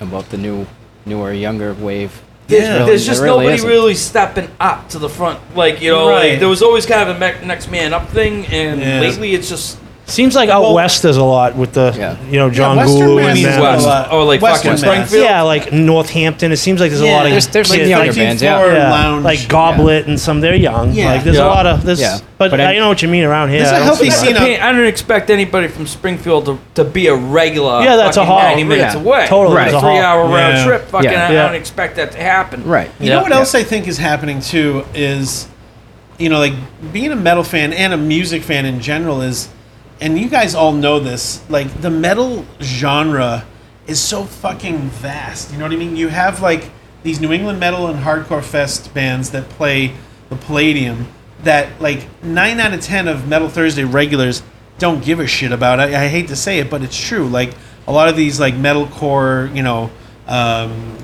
[SPEAKER 5] about the new, newer, younger wave.
[SPEAKER 1] There's,
[SPEAKER 4] Yeah.
[SPEAKER 1] there's just
[SPEAKER 5] There really
[SPEAKER 1] nobody
[SPEAKER 5] isn't.
[SPEAKER 1] really stepping up to the front. Like, you know, like,
[SPEAKER 4] Right.
[SPEAKER 1] there was always kind of a me- next man up thing, and
[SPEAKER 4] Yeah.
[SPEAKER 1] lately it's just.
[SPEAKER 3] Seems like out
[SPEAKER 4] Well-
[SPEAKER 3] west there's a lot with the
[SPEAKER 5] Yeah.
[SPEAKER 3] you know John
[SPEAKER 4] Western
[SPEAKER 3] Gulu
[SPEAKER 4] Mass
[SPEAKER 3] and
[SPEAKER 4] is
[SPEAKER 1] means
[SPEAKER 4] Yeah.
[SPEAKER 3] them.
[SPEAKER 4] a
[SPEAKER 1] West.
[SPEAKER 4] lot.
[SPEAKER 1] Or like
[SPEAKER 4] Western
[SPEAKER 1] fucking
[SPEAKER 4] Mass.
[SPEAKER 1] Springfield.
[SPEAKER 3] Yeah, like Northampton. It seems like there's a lot of
[SPEAKER 5] There's- there's some
[SPEAKER 3] kids,
[SPEAKER 5] younger
[SPEAKER 3] like,
[SPEAKER 5] bands,
[SPEAKER 4] floor
[SPEAKER 5] yeah.
[SPEAKER 3] yeah,
[SPEAKER 4] lounge.
[SPEAKER 3] like Goblet and some. They're young.
[SPEAKER 4] Yeah.
[SPEAKER 3] Like there's
[SPEAKER 1] Yeah.
[SPEAKER 3] a lot of this.
[SPEAKER 5] Yeah.
[SPEAKER 3] But,
[SPEAKER 5] But
[SPEAKER 3] I,
[SPEAKER 5] I-
[SPEAKER 3] know what you mean around here.
[SPEAKER 4] There's a
[SPEAKER 3] I don't
[SPEAKER 4] healthy
[SPEAKER 3] see
[SPEAKER 1] That's
[SPEAKER 3] that.
[SPEAKER 1] the
[SPEAKER 4] You know-
[SPEAKER 1] pain. I don't expect anybody from Springfield to, to be a regular.
[SPEAKER 3] Yeah, that's a
[SPEAKER 1] fucking
[SPEAKER 3] haul.
[SPEAKER 1] 90 minutes
[SPEAKER 5] Yeah.
[SPEAKER 1] away.
[SPEAKER 3] Totally,
[SPEAKER 5] Right. it's a
[SPEAKER 1] Three
[SPEAKER 3] haul.
[SPEAKER 1] hour round
[SPEAKER 4] Yeah.
[SPEAKER 1] trip. Fucking,
[SPEAKER 5] Yeah.
[SPEAKER 1] I,
[SPEAKER 3] Yeah.
[SPEAKER 1] don't expect that to happen.
[SPEAKER 5] Right.
[SPEAKER 1] [laughs]
[SPEAKER 4] You know what else I think is happening too is, you know, like being a metal fan and a music fan in general is, and you guys all know this, like the metal genre is so fucking vast. You know what I mean? You have like these New England metal and hardcore fest bands that play the Palladium that like nine out of ten of Metal Thursday regulars don't give a shit about. I, I hate to say it, but it's true. Like a lot of these like metalcore, you know, um,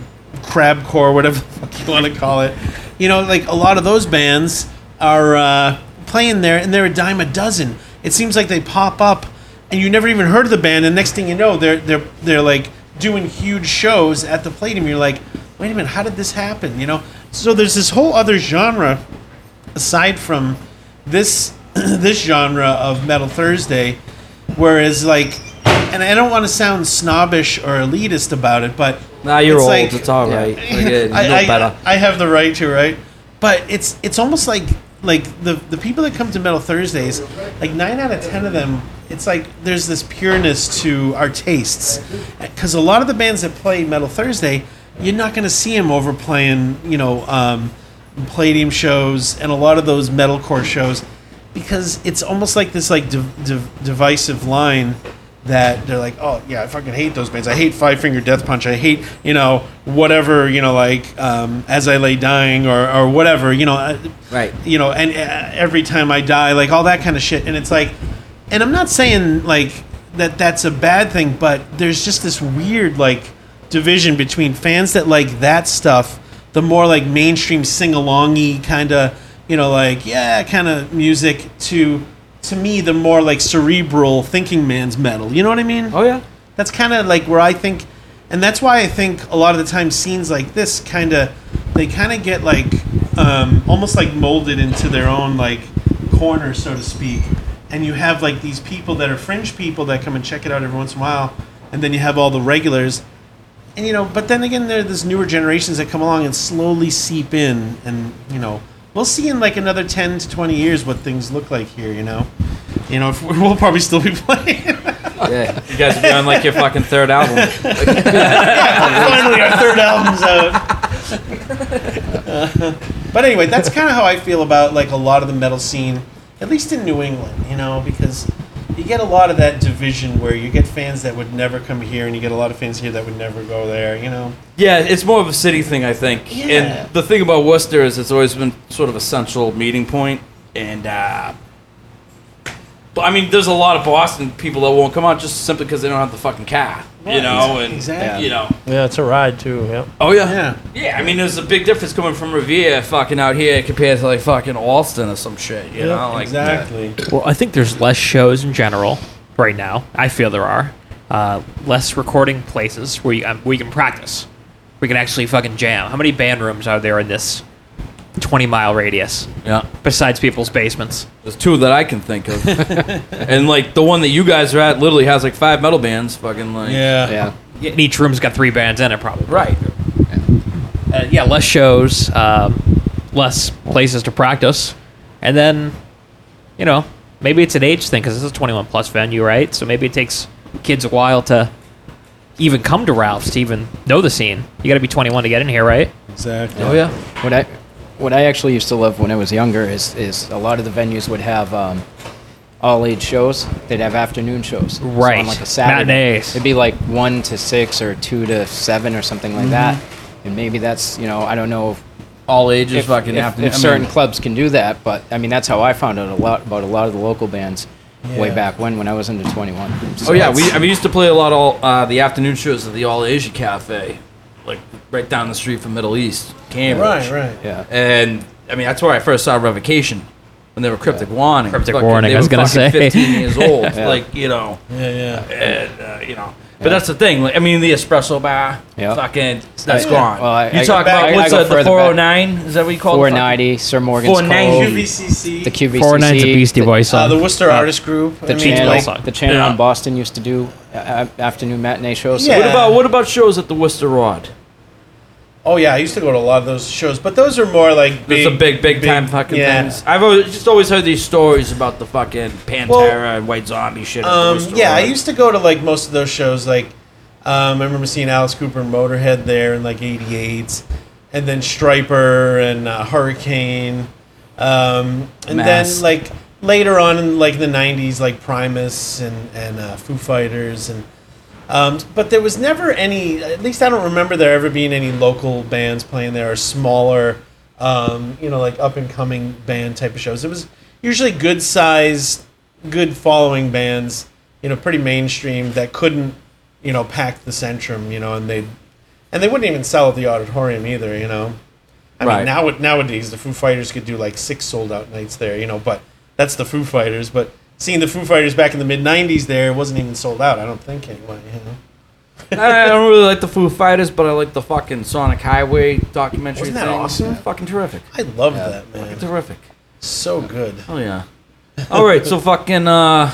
[SPEAKER 4] crab core, whatever [laughs] the fuck you want to call it. You know, like a lot of those bands are uh, playing there, and they're a dime a dozen. It seems like they pop up, and you never even heard of the band, and next thing you know, they're they're they're like doing huge shows at the Palladium. You're like, wait a minute, how did this happen? You know, so there's this whole other genre aside from this [clears throat] this genre of Metal Thursday, whereas like, and I don't want to sound snobbish or elitist about it, but
[SPEAKER 1] Nah, you're
[SPEAKER 4] it's
[SPEAKER 1] old.
[SPEAKER 4] like-
[SPEAKER 1] it's all right.
[SPEAKER 4] [laughs]
[SPEAKER 1] Like, yeah, you know
[SPEAKER 4] I, I-
[SPEAKER 1] better.
[SPEAKER 4] I have the right to, right? But it's it's almost like like the the people that come to Metal Thursdays, like nine out of ten of them, it's like there's this pureness to our tastes, because a lot of the bands that play Metal Thursday, you're not going to see them over playing you know um, Palladium shows and a lot of those metalcore shows, because it's almost like this like div- div- divisive line that they're like, oh yeah, I fucking hate those bands. I hate Five Finger Death Punch. I hate you know whatever you know like um, As I Lay Dying or or whatever you know, uh,
[SPEAKER 1] Right.
[SPEAKER 4] You know, and uh, every time I die, like all that kind of shit. And it's like, and I'm not saying like that that's a bad thing, but there's just this weird like division between fans that like that stuff, the more like mainstream sing alongy kind of you know like yeah kind of music to to me the more like cerebral thinking man's metal. You know what I mean?
[SPEAKER 1] Oh, yeah.
[SPEAKER 4] That's kind of like where I think, and that's why I think a lot of the time scenes like this kind of, they kind of get like, um, almost like molded into their own like corner, so to speak. And you have like these people that are fringe people that come and check it out every once in a while, and then you have all the regulars. And you know, but then again, there are these newer generations that come along and slowly seep in, and you know, we'll see in like another [laughs] ten to twenty years what things look like here. You know, you know, if, we'll probably still be playing.
[SPEAKER 5] Yeah.
[SPEAKER 1] You guys are on like your fucking
[SPEAKER 4] [laughs]
[SPEAKER 1] third album.
[SPEAKER 4] Finally, our third album's out. [laughs] but anyway, that's kind of how I feel about like a lot of the metal scene, at least in New England, you know, because you get a lot of that division where you get fans that would never come here, and you get a lot of fans here that would never go there, you know.
[SPEAKER 1] Yeah, it's more of a city thing, I think.
[SPEAKER 4] Yeah.
[SPEAKER 1] And the thing about Worcester is it's always been sort of a central meeting point, and uh, but I mean, there's a lot of Boston people that won't come out just simply because they don't have the fucking car, you
[SPEAKER 4] Right,
[SPEAKER 1] know, and
[SPEAKER 4] exactly.
[SPEAKER 1] you know.
[SPEAKER 3] Yeah, it's a ride too. Yeah.
[SPEAKER 1] Oh yeah.
[SPEAKER 4] Yeah.
[SPEAKER 1] I mean, there's a big difference coming from Revere fucking out here compared to like fucking Alston or some shit, you know, like
[SPEAKER 4] exactly.
[SPEAKER 6] Well, I think there's less shows in general right now. I feel there are uh, less recording places where you, um, where you can practice, where you can actually fucking jam. How many band rooms are there in this 20 mile radius
[SPEAKER 1] Yeah.
[SPEAKER 6] besides people's basements?
[SPEAKER 1] There's two that I can think
[SPEAKER 4] [laughs]
[SPEAKER 1] of, and like the one that you guys are at literally has like five metal bands, fucking like
[SPEAKER 4] Yeah.
[SPEAKER 5] Yeah.
[SPEAKER 6] Yeah, and each room's got three bands in it, probably.
[SPEAKER 1] right.
[SPEAKER 6] Uh, yeah, less shows, um, less places to practice, and then, you know, maybe it's an age thing because this is a 21 plus venue, right? So maybe it takes kids a while to even come to Ralph's to even know the scene. You got to be 21 to get in here, right?
[SPEAKER 4] Exactly.
[SPEAKER 1] Oh yeah.
[SPEAKER 5] What I what I actually used to love when I was younger is is a lot of the venues would have um, all age shows. They'd have afternoon shows. So on,
[SPEAKER 6] Right.
[SPEAKER 5] like a Saturday.
[SPEAKER 6] Matinees.
[SPEAKER 5] It'd be like one to six or two to seven or something like that. And maybe that's you know I don't know.
[SPEAKER 1] All ages,
[SPEAKER 5] If,
[SPEAKER 1] fucking
[SPEAKER 5] if-
[SPEAKER 1] afternoon.
[SPEAKER 5] if certain clubs can do that, but I mean that's how I found out a lot about a lot of the local bands way
[SPEAKER 4] Yeah.
[SPEAKER 5] back when when I was under 21.
[SPEAKER 1] Oh yeah, we I mean, we used to play a lot all uh, the afternoon shows at the All Asia Cafe, like right down the street from Middle East, Cambridge.
[SPEAKER 4] Right. Right.
[SPEAKER 5] yeah.
[SPEAKER 1] And I mean, that's where I first saw Revocation when they were Cryptic Warning.
[SPEAKER 6] Cryptic
[SPEAKER 1] Fucking-
[SPEAKER 6] Warning,
[SPEAKER 1] They
[SPEAKER 6] I was
[SPEAKER 1] were
[SPEAKER 6] gonna
[SPEAKER 1] fucking
[SPEAKER 6] say.
[SPEAKER 1] 15 years old,
[SPEAKER 5] Yeah.
[SPEAKER 1] like you know,
[SPEAKER 4] Yeah. Yeah.
[SPEAKER 1] and, uh, you know. But that's the thing. Like, I mean, the espresso bar,
[SPEAKER 5] Yeah.
[SPEAKER 1] fucking, that's
[SPEAKER 5] Yeah.
[SPEAKER 1] gone.
[SPEAKER 5] Well, I-
[SPEAKER 1] you
[SPEAKER 5] I
[SPEAKER 1] talk
[SPEAKER 4] go
[SPEAKER 1] about
[SPEAKER 4] back-
[SPEAKER 1] what's
[SPEAKER 5] I go
[SPEAKER 1] uh, the
[SPEAKER 5] further back.
[SPEAKER 1] 409? Is that what you call it?
[SPEAKER 5] 490, Sir Morgan's
[SPEAKER 4] Oh,
[SPEAKER 1] 490.
[SPEAKER 5] Cove,
[SPEAKER 4] QVCC.
[SPEAKER 5] the QVCC,
[SPEAKER 6] 49's a Beastie
[SPEAKER 5] the-
[SPEAKER 6] Boys
[SPEAKER 4] uh,
[SPEAKER 6] song.
[SPEAKER 4] the Worcester Artist Group.
[SPEAKER 5] the
[SPEAKER 4] I mean,
[SPEAKER 5] channel,
[SPEAKER 4] like,
[SPEAKER 6] song.
[SPEAKER 5] the channel
[SPEAKER 1] Yeah.
[SPEAKER 5] in Boston used to do uh, uh, afternoon matinee shows.
[SPEAKER 4] Yeah.
[SPEAKER 1] What about what about shows at the Worcester Rod?
[SPEAKER 4] oh yeah, I used to go to a lot of those shows, but those are more like big,
[SPEAKER 1] It's a big, big, time fucking
[SPEAKER 4] yeah.
[SPEAKER 1] things. I've always, just always heard these stories about the fucking Pantera
[SPEAKER 4] Well,
[SPEAKER 1] and White Zombie shit. at the
[SPEAKER 4] Um,
[SPEAKER 1] Worcester
[SPEAKER 4] yeah, I
[SPEAKER 1] Road.
[SPEAKER 4] used to go to like most of those shows. Like, um, I remember seeing Alice Cooper and Motorhead there in like '88, and then Striper and uh, Hurricane, um, and
[SPEAKER 1] Mass.
[SPEAKER 4] then like later on in like the '90s, like Primus and and uh, Foo Fighters and. Um, but there was never any. At least I don't remember there ever being any local bands playing there or smaller, um, you know, like up and coming band type of shows. It was usually good sized, good following bands, you know, pretty mainstream that couldn't, you know, pack the Centrum, you know, and they, and they wouldn't even sell at the auditorium either, you know. I
[SPEAKER 1] Right.
[SPEAKER 4] mean, now nowadays the Foo Fighters could do like six sold out nights there, you know, but that's the Foo Fighters. But seeing the Foo Fighters back in the mid '90s, there it wasn't even sold out. I don't think anyway. You know,
[SPEAKER 1] I I don't really like the Foo Fighters, but I like the fucking Sonic Highway documentary.
[SPEAKER 4] Wasn't that
[SPEAKER 1] thing.
[SPEAKER 4] awesome?
[SPEAKER 1] Fucking terrific.
[SPEAKER 4] I love that man.
[SPEAKER 1] Terrific.
[SPEAKER 4] So good.
[SPEAKER 1] Oh yeah. All right, so fucking uh,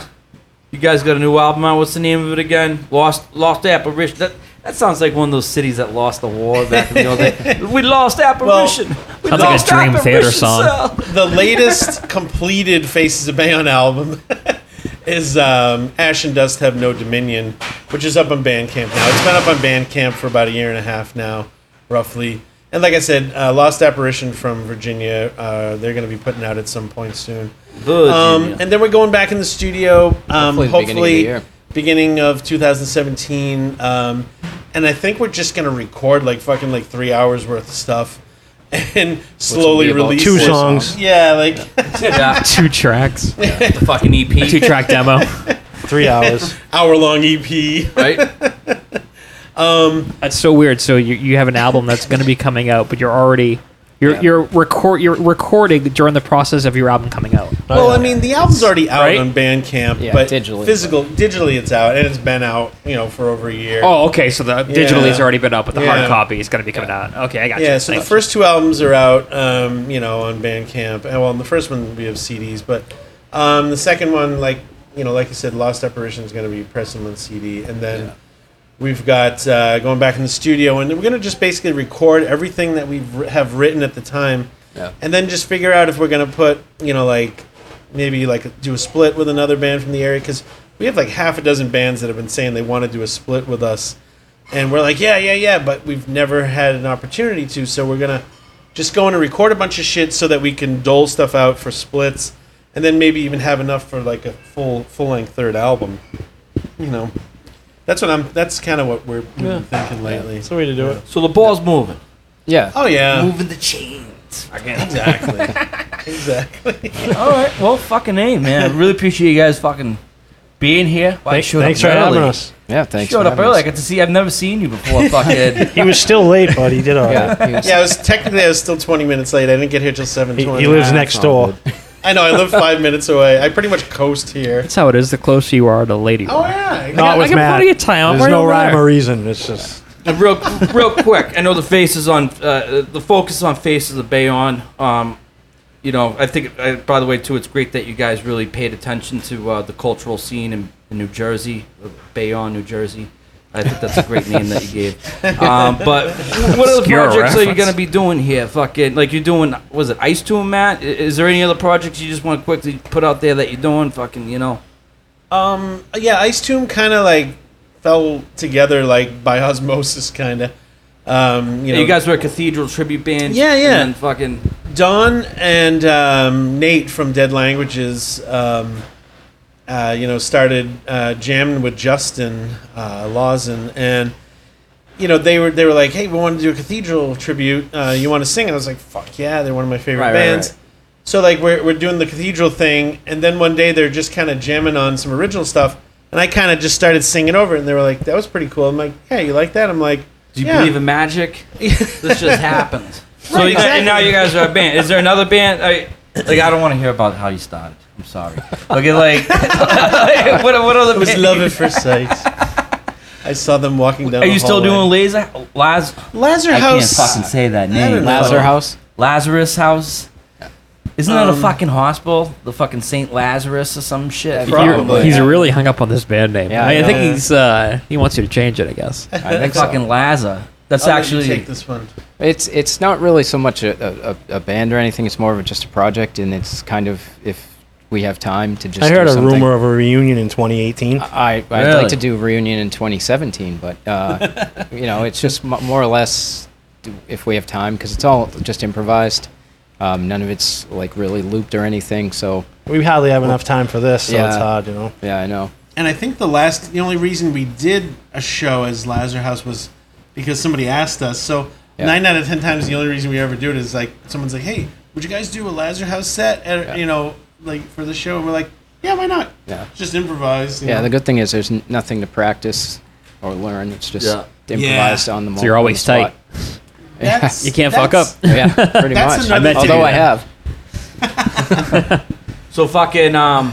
[SPEAKER 1] you guys got a new album out. What's the name of it again? Lost, lost apparition. That that sounds like one of those cities that lost the war back in the old
[SPEAKER 4] [laughs]
[SPEAKER 1] day. We lost apparition. we
[SPEAKER 6] Sounds like a
[SPEAKER 1] lost
[SPEAKER 6] Dream Theater
[SPEAKER 1] apparition,
[SPEAKER 6] song.
[SPEAKER 1] sir.
[SPEAKER 4] The latest completed Faces of Bayon album [laughs] is um, Ash and Dust Have No Dominion, which is up on Bandcamp now. It's been up on Bandcamp for about a year and a half now, roughly. And like I said, uh, Lost Apparition from Virginia, uh, they're going to be putting out at some point soon. Um,
[SPEAKER 1] Virginia.
[SPEAKER 4] and then we're going back in the studio. Um,
[SPEAKER 5] Hopefully the beginning of the
[SPEAKER 4] hopefully,
[SPEAKER 5] year.
[SPEAKER 4] beginning of 2017. Um, and I think we're just gonna record like fucking like three hours worth of stuff, [laughs] and slowly
[SPEAKER 5] about
[SPEAKER 4] release
[SPEAKER 3] Two
[SPEAKER 4] it.
[SPEAKER 3] songs,
[SPEAKER 4] Yeah, like [laughs]
[SPEAKER 1] yeah,
[SPEAKER 6] [laughs] Two tracks,
[SPEAKER 1] the fucking
[SPEAKER 6] E
[SPEAKER 1] [laughs] EP.
[SPEAKER 6] two track demo.
[SPEAKER 3] three hours.
[SPEAKER 4] hour long EP.
[SPEAKER 1] right?
[SPEAKER 6] That's so weird. So you, you have an album that's going to be coming out, but you're already you're you're record you're recording during the process of your album coming out.
[SPEAKER 4] Well, I mean, the album's already out
[SPEAKER 6] Right?
[SPEAKER 4] on Bandcamp,
[SPEAKER 5] Yeah,
[SPEAKER 4] but
[SPEAKER 5] digitally,
[SPEAKER 4] physical, digitally, it's out, and it's been out, you know, for over a year.
[SPEAKER 6] Oh, okay. So the digitally has
[SPEAKER 4] Yeah.
[SPEAKER 6] already been up, but the
[SPEAKER 4] Yeah.
[SPEAKER 6] hard copy is going to be coming out. Okay, I got you.
[SPEAKER 4] Yeah, so the
[SPEAKER 6] Thank you.
[SPEAKER 4] first two albums are out, um, you know, on Bandcamp. And well, on the first one we have CDs, but um, the second one, like you know, like you said, Lost Apparition is going to be pressing on CD, and then we've got uh, going back in the studio, and we're going to just basically record everything that we have written at the time,
[SPEAKER 5] Yeah.
[SPEAKER 4] and then just figure out if we're going to put, you know, like maybe like do a split with another band from the area because we have like half a dozen bands that have been saying they want to do a split with us, and we're like, yeah, yeah, yeah, but we've never had an opportunity to, so we're gonna just go in and record a bunch of shit so that we can dole stuff out for splits, and then maybe even have enough for like a full full length third album. You know, that's what I'm. That's kind of what we're we've been thinking lately.
[SPEAKER 3] It's a way to do it.
[SPEAKER 1] So the ball's moving.
[SPEAKER 5] Yeah.
[SPEAKER 4] Oh yeah,
[SPEAKER 1] Moving the chains.
[SPEAKER 4] exactly, exactly.
[SPEAKER 1] [laughs] All right. Well, fucking A, man. I really appreciate you guys fucking being here. Well, I showed
[SPEAKER 3] Thanks for
[SPEAKER 1] up
[SPEAKER 3] having
[SPEAKER 1] early.
[SPEAKER 3] us.
[SPEAKER 5] Yeah. Thanks.
[SPEAKER 1] showed
[SPEAKER 5] for
[SPEAKER 1] up
[SPEAKER 5] having
[SPEAKER 1] early. I
[SPEAKER 5] us.
[SPEAKER 1] got to see. I've never seen you before. Fucking.
[SPEAKER 3] He was still late, but he did all right.
[SPEAKER 5] [laughs] Yeah. he
[SPEAKER 4] [laughs]
[SPEAKER 5] was-
[SPEAKER 4] Yeah, I was technically I was still 20 minutes late. I didn't get here till 7:20.
[SPEAKER 3] He, he lives next door.
[SPEAKER 4] I know I live five minutes away. I pretty much coast here.
[SPEAKER 6] That's how it is. The closer you are to Lady
[SPEAKER 4] Oh
[SPEAKER 6] Luck.
[SPEAKER 4] yeah,
[SPEAKER 6] I
[SPEAKER 3] Not
[SPEAKER 6] got,
[SPEAKER 3] with
[SPEAKER 6] I got
[SPEAKER 3] Matt.
[SPEAKER 6] plenty of time. I'm
[SPEAKER 3] There's
[SPEAKER 6] right
[SPEAKER 3] no
[SPEAKER 6] over
[SPEAKER 3] rhyme
[SPEAKER 6] there.
[SPEAKER 3] or reason. It's just
[SPEAKER 1] And real, real quick. I know the face is on uh, the focus on faces of Bayon. Um, you know, I think. Uh, by the way, too, it's great that you guys really paid attention to uh, the cultural scene in, in New Jersey, uh, Bayonne, New Jersey. I think that's a great name that you gave. Um, but what other
[SPEAKER 6] Obscure
[SPEAKER 1] projects are you
[SPEAKER 6] reference.
[SPEAKER 1] gonna be doing here? Fucking like you're doing. Was it Ice Tomb, Matt? I- Is there any other projects you just want to quickly put out there that you're doing? Fucking, you know.
[SPEAKER 4] Um, yeah, Ice Tomb kind of like fell together like by osmosis, kind of. Um, you
[SPEAKER 1] You,
[SPEAKER 4] know,
[SPEAKER 1] guys were a Cathedral tribute band.
[SPEAKER 4] Yeah, yeah.
[SPEAKER 1] And then fucking.
[SPEAKER 4] Don and um, Nate from Dead Languages, um, uh, you know, started uh, jamming with Justin uh, Lawson, and you know they were they were like, "Hey, we want to do a Cathedral tribute. Uh, you want to sing?" And I was like, "Fuck yeah!" They're one of my favorite
[SPEAKER 5] Right, right,
[SPEAKER 4] bands.
[SPEAKER 5] right.
[SPEAKER 4] So like we're we're doing the Cathedral thing, and then one day they're just kind of jamming on some original stuff, and I kind of just started singing over, it, and they were like, "That was pretty cool." I'm like, "Yeah, you like that?" I'm like,
[SPEAKER 1] Do you
[SPEAKER 4] "Yeah."
[SPEAKER 1] believe in magic?
[SPEAKER 4] [laughs]
[SPEAKER 1] this just happened. So
[SPEAKER 4] Right,
[SPEAKER 1] you guys, and now
[SPEAKER 4] exactly.
[SPEAKER 1] you guys are a band. Is there another band? I, like I don't want to hear about how you started. I'm sorry. Like like, [laughs] like, what what other
[SPEAKER 4] It was
[SPEAKER 1] band-
[SPEAKER 4] love at first sight. I saw them walking down.
[SPEAKER 1] Are
[SPEAKER 4] the
[SPEAKER 1] you still
[SPEAKER 4] hallway.
[SPEAKER 1] doing Laser Laz?
[SPEAKER 4] Lazar
[SPEAKER 1] I can't
[SPEAKER 4] House.
[SPEAKER 1] fucking say that
[SPEAKER 4] I don't
[SPEAKER 1] name.
[SPEAKER 4] know.
[SPEAKER 5] Lazar
[SPEAKER 4] No.
[SPEAKER 5] House.
[SPEAKER 1] Lazarus House. Isn't that a
[SPEAKER 4] Um,
[SPEAKER 1] fucking hospital? The fucking Saint Lazarus or some shit.
[SPEAKER 5] Probably.
[SPEAKER 6] You're- He's really hung up on this band name.
[SPEAKER 5] Yeah,
[SPEAKER 6] I, I
[SPEAKER 5] yeah.
[SPEAKER 6] think he's uh, he wants you to change it. I
[SPEAKER 4] [laughs]
[SPEAKER 6] guess.
[SPEAKER 5] I think so.
[SPEAKER 1] fucking Lazar. That's
[SPEAKER 4] I'll let you
[SPEAKER 1] actually
[SPEAKER 4] take this one.
[SPEAKER 5] It's it's not really so much a, a- a, a band or anything. It's more of a, just a project, and it's kind of if we have time to just.
[SPEAKER 3] I heard
[SPEAKER 5] do
[SPEAKER 3] a
[SPEAKER 5] something. Uh,
[SPEAKER 3] rumor of a reunion in 2018.
[SPEAKER 5] I I'd
[SPEAKER 1] Really?
[SPEAKER 5] like to do reunion in 2017, but uh, you know it's just m- more or less do- if we have time because it's all just improvised. Um, none of it's like really looped or anything. So
[SPEAKER 3] We hardly have enough time for this, so it's
[SPEAKER 5] Yeah.
[SPEAKER 3] hard, you know.
[SPEAKER 5] yeah, I know.
[SPEAKER 4] And I think the last, the only reason we did a show as Lazar House was because somebody asked us. So
[SPEAKER 5] Yeah.
[SPEAKER 4] nine out of ten times, the only reason we ever do it is like someone's like, "Hey, would you guys do a Lazar House set?" At,
[SPEAKER 5] Yeah.
[SPEAKER 4] You know, like for the show, and we're like, "Yeah, why not?"
[SPEAKER 5] Yeah.
[SPEAKER 4] Just improvise. you
[SPEAKER 5] Yeah,
[SPEAKER 4] know.
[SPEAKER 5] the good thing is there's n- nothing to practice or learn. It's just
[SPEAKER 1] Yeah.
[SPEAKER 5] improvised on the moment.
[SPEAKER 6] So you're
[SPEAKER 5] on the
[SPEAKER 6] always tight.
[SPEAKER 5] spot. Oh,
[SPEAKER 4] That's-
[SPEAKER 6] You can't fuck
[SPEAKER 4] that's-
[SPEAKER 6] up.
[SPEAKER 5] yeah, pretty
[SPEAKER 4] That's
[SPEAKER 5] much.
[SPEAKER 4] another
[SPEAKER 6] I meant to do
[SPEAKER 5] Although I
[SPEAKER 6] that.
[SPEAKER 1] [laughs]
[SPEAKER 5] have.
[SPEAKER 1] So fucking um,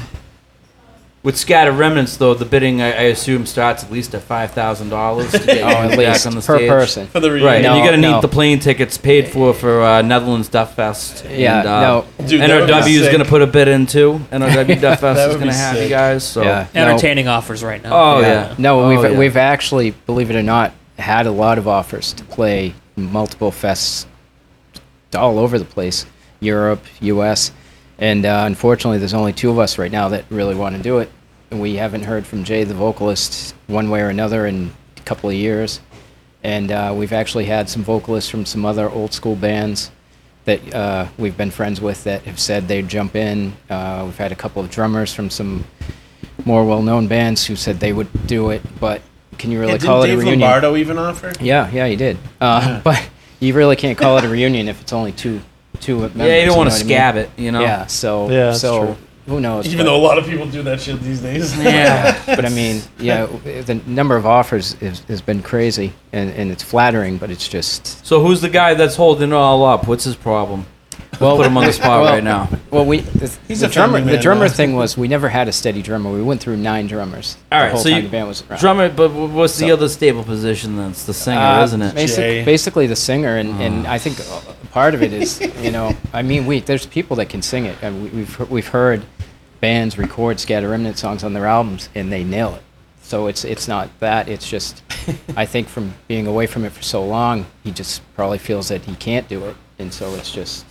[SPEAKER 1] with scatter remnants though, the bidding I, I assume starts at least at five thousand dollars to
[SPEAKER 5] [laughs]
[SPEAKER 1] get you
[SPEAKER 5] Oh, at
[SPEAKER 1] back
[SPEAKER 5] least
[SPEAKER 1] on the
[SPEAKER 5] per
[SPEAKER 1] stage.
[SPEAKER 5] person.
[SPEAKER 4] for the reunion.
[SPEAKER 1] Right, and
[SPEAKER 5] No,
[SPEAKER 1] you're gonna need
[SPEAKER 5] no.
[SPEAKER 1] the plane tickets paid for for uh, Netherlands Duff Fest.
[SPEAKER 5] Yeah,
[SPEAKER 1] and, uh,
[SPEAKER 5] no.
[SPEAKER 4] Dude, that would be
[SPEAKER 1] NRW is
[SPEAKER 4] sick.
[SPEAKER 1] gonna put a bid in too.
[SPEAKER 5] [laughs]
[SPEAKER 1] NRW Duff Fest
[SPEAKER 4] That
[SPEAKER 1] is
[SPEAKER 4] would
[SPEAKER 1] gonna
[SPEAKER 4] be
[SPEAKER 1] have you
[SPEAKER 4] sick.
[SPEAKER 1] guys. So
[SPEAKER 5] Yeah. No.
[SPEAKER 6] Entertaining offers right now.
[SPEAKER 1] Oh yeah.
[SPEAKER 5] No,
[SPEAKER 1] Oh,
[SPEAKER 5] we've
[SPEAKER 1] yeah.
[SPEAKER 5] we've actually, believe it or not, had a lot of offers to play multiple fests all over the place, Europe, U.S., and uh, unfortunately, there's only two of us right now that really want to do it. And we haven't heard from Jay, the vocalist, one way or another in a couple of years. And uh, we've actually had some vocalists from some other old school bands that uh, we've been friends with that have said they'd jump in. Uh, we've had a couple of drummers from some more well-known bands who said they would do it, but can you really
[SPEAKER 4] Yeah, didn't
[SPEAKER 5] call it
[SPEAKER 4] Dave
[SPEAKER 5] a reunion?
[SPEAKER 4] Lombardo even offer?
[SPEAKER 5] Yeah, yeah, he did. Uh, [laughs] But you really can't call it a reunion if it's only two two members.
[SPEAKER 1] Yeah, you don't want
[SPEAKER 5] know
[SPEAKER 1] to
[SPEAKER 5] what I mean?
[SPEAKER 1] scab it, you know.
[SPEAKER 5] Yeah, so
[SPEAKER 3] Yeah, that's
[SPEAKER 5] so
[SPEAKER 3] true.
[SPEAKER 5] who knows?
[SPEAKER 4] Even
[SPEAKER 5] but,
[SPEAKER 4] though a lot of people do that shit
[SPEAKER 1] [laughs]
[SPEAKER 4] these days.
[SPEAKER 5] [laughs]
[SPEAKER 1] Yeah.
[SPEAKER 5] but I mean, yeah, w- the number of offers is, has been crazy, and, and it's flattering, but it's just
[SPEAKER 1] So who's the guy that's holding it all up? What's his problem?
[SPEAKER 5] well,
[SPEAKER 1] Put him
[SPEAKER 5] [laughs]
[SPEAKER 1] on the spot
[SPEAKER 5] well,
[SPEAKER 1] right now.
[SPEAKER 5] Well, we the,
[SPEAKER 4] He's
[SPEAKER 5] the
[SPEAKER 4] a family
[SPEAKER 5] drummer.
[SPEAKER 4] man
[SPEAKER 5] the drummer
[SPEAKER 4] now.
[SPEAKER 5] thing was we never had a steady drummer. We went through nine drummers.
[SPEAKER 1] All
[SPEAKER 5] the
[SPEAKER 1] right,
[SPEAKER 5] whole
[SPEAKER 1] so
[SPEAKER 5] time
[SPEAKER 1] you
[SPEAKER 5] the band was around.
[SPEAKER 1] drummer, but wh- what's the
[SPEAKER 5] So-
[SPEAKER 1] other stable position? Then it's the singer,
[SPEAKER 5] Uh,
[SPEAKER 1] isn't it? Uh-huh.
[SPEAKER 5] basic-
[SPEAKER 4] Jay.
[SPEAKER 5] basically the singer, and, and I think uh, part of it is,
[SPEAKER 1] [laughs]
[SPEAKER 5] you know, I mean, we there's people that can sing it. I mean, we- we've he- we've heard bands record scatter remnant songs on their albums, and they nail it. So it's it's not that. It's just, I think from being away from it for so long, he just probably feels that he can't do it, and so it's just,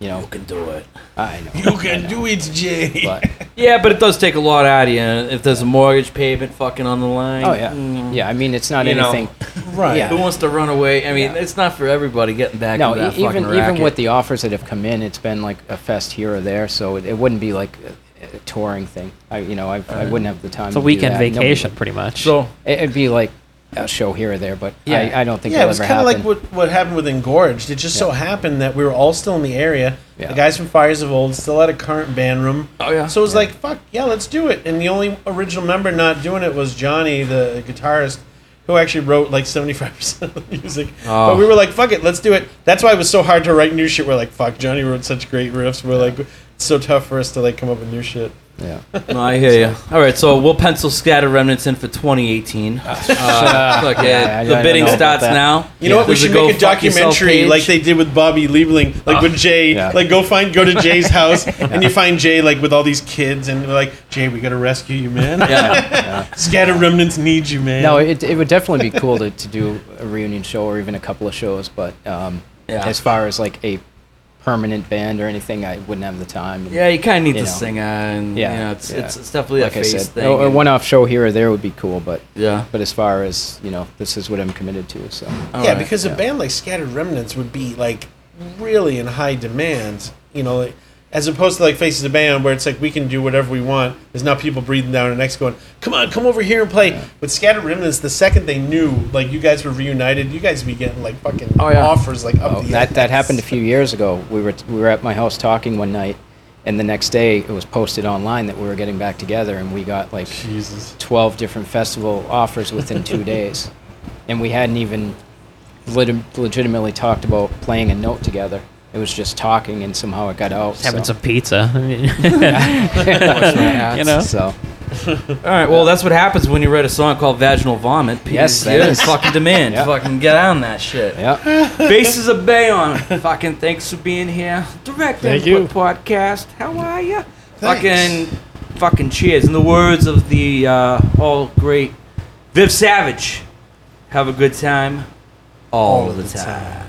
[SPEAKER 5] you know,
[SPEAKER 1] You can do it.
[SPEAKER 5] [laughs] I know.
[SPEAKER 1] [laughs]
[SPEAKER 4] You can do it, Jay.
[SPEAKER 5] But
[SPEAKER 1] Yeah, but it does take a lot out of you. and If there's a mortgage payment fucking on the line.
[SPEAKER 5] Oh yeah,
[SPEAKER 1] mm,
[SPEAKER 5] yeah. I mean, it's not
[SPEAKER 1] You know.
[SPEAKER 5] anything.
[SPEAKER 4] Right.
[SPEAKER 5] Yeah.
[SPEAKER 1] Who wants to run away? I mean,
[SPEAKER 5] Yeah.
[SPEAKER 1] it's not for everybody getting back
[SPEAKER 5] No,
[SPEAKER 1] into that
[SPEAKER 5] e- even
[SPEAKER 1] fucking racket.
[SPEAKER 5] even with the offers that have come in, it's been like a fest here or there. So it, it wouldn't be like a, a touring thing. I, you know, I, I
[SPEAKER 1] Uh,
[SPEAKER 5] wouldn't have the time.
[SPEAKER 6] It's a
[SPEAKER 5] to do
[SPEAKER 6] weekend
[SPEAKER 5] that. Nobody
[SPEAKER 6] vacation, pretty much.
[SPEAKER 1] so
[SPEAKER 5] would. It, it'd be like a show here or there, but
[SPEAKER 1] Yeah.
[SPEAKER 5] I, I don't think
[SPEAKER 4] Yeah, it
[SPEAKER 5] it'll
[SPEAKER 4] was
[SPEAKER 5] ever
[SPEAKER 4] kind of
[SPEAKER 5] happen.
[SPEAKER 4] like what, what happened with Engorged. It just so happened that we were all still in the area.
[SPEAKER 5] Yeah.
[SPEAKER 4] The guys from Fires of Old still had a current band room.
[SPEAKER 1] Oh, yeah.
[SPEAKER 4] So it was like, fuck, yeah, let's do it. And the only original member not doing it was Johnny, the guitarist, who actually wrote like 75% of the music.
[SPEAKER 1] Oh.
[SPEAKER 4] But we were like, fuck it, let's do it. That's why it was so hard to write new shit. We're like, fuck, Johnny wrote such great riffs. We're like, it's so tough for us to like come up with new shit.
[SPEAKER 5] yeah.
[SPEAKER 1] [laughs] no, I
[SPEAKER 5] [laughs]
[SPEAKER 1] hear you. All right, so we'll pencil scatter remnants in for
[SPEAKER 5] [laughs]
[SPEAKER 1] 2018. Uh, look,
[SPEAKER 5] Yeah,
[SPEAKER 1] yeah,
[SPEAKER 5] I- I
[SPEAKER 1] the
[SPEAKER 5] don't
[SPEAKER 1] bidding
[SPEAKER 5] know about
[SPEAKER 1] starts
[SPEAKER 5] that.
[SPEAKER 1] now.
[SPEAKER 4] You know what? We
[SPEAKER 1] There's
[SPEAKER 4] should
[SPEAKER 1] Go
[SPEAKER 4] make a
[SPEAKER 1] Fuck Yourself
[SPEAKER 4] documentary
[SPEAKER 1] page.
[SPEAKER 4] like
[SPEAKER 1] [laughs]
[SPEAKER 4] they did with Bobby Liebling, like with Jay.
[SPEAKER 5] yeah.
[SPEAKER 4] Like go find, go to Jay's house, and you find Jay like with all these kids, and they're like, Jay, we gotta rescue you, man. Scatter remnants need you, man.
[SPEAKER 5] No, it, it would definitely be cool to, to do a reunion show or even a couple of shows, but um,
[SPEAKER 1] Yeah.
[SPEAKER 5] as far as like a permanent band or anything, I wouldn't have the time. And
[SPEAKER 1] Yeah, you kind of need
[SPEAKER 5] You
[SPEAKER 1] the
[SPEAKER 5] know.
[SPEAKER 1] singer, and
[SPEAKER 5] uh, Yeah,
[SPEAKER 1] yeah, you know, it's,
[SPEAKER 5] yeah.
[SPEAKER 1] it's it's definitely
[SPEAKER 5] like
[SPEAKER 1] a
[SPEAKER 5] I
[SPEAKER 1] face
[SPEAKER 5] said,
[SPEAKER 1] thing.
[SPEAKER 5] a- a
[SPEAKER 1] and-
[SPEAKER 5] one-off show here or there would be cool, but
[SPEAKER 1] yeah,
[SPEAKER 5] but as far as you know, this is what I'm committed to. So
[SPEAKER 1] All
[SPEAKER 4] yeah,
[SPEAKER 1] right,
[SPEAKER 4] because a band like Scattered Remnants would be like really in high demand. You know, like, as opposed to like Faces of Band, where it's like we can do whatever we want. There's not people breathing down our necks going, "Come on, come over here and play." With Scattered Remnants, the second they knew, like you guys were reunited, you guys be getting like fucking
[SPEAKER 1] Oh, yeah.
[SPEAKER 4] offers like up
[SPEAKER 5] Oh,
[SPEAKER 4] the
[SPEAKER 5] that that
[SPEAKER 4] ass.
[SPEAKER 5] happened a few years ago. We were we were at my house talking one night, and the next day it was posted online that we were getting back together, and we got like
[SPEAKER 4] Jesus.
[SPEAKER 5] 12 different festival offers within two days. And we hadn't even lit- legitimately talked about playing a note together. It was just talking, and somehow it got out.
[SPEAKER 6] having
[SPEAKER 5] so.
[SPEAKER 6] some pizza. [laughs] I mean,
[SPEAKER 5] [laughs]
[SPEAKER 6] [laughs]
[SPEAKER 5] some,
[SPEAKER 6] you know?
[SPEAKER 5] So,
[SPEAKER 1] All right. Well, that's what happens when you write a song called "Vaginal Vomit." Peter's
[SPEAKER 5] Yes, that
[SPEAKER 1] here in [laughs]
[SPEAKER 5] is.
[SPEAKER 1] fucking demand.
[SPEAKER 5] Yeah.
[SPEAKER 1] Fucking get on that
[SPEAKER 5] [laughs]
[SPEAKER 1] shit.
[SPEAKER 5] yeah.
[SPEAKER 1] Faces of Bayon. fucking thanks for being here. Direct
[SPEAKER 4] Thank
[SPEAKER 1] Input podcast. How are you? Fucking,
[SPEAKER 4] Thanks.
[SPEAKER 1] fucking cheers. In the words of the uh, all great Viv Savage, have a good time all, the, time.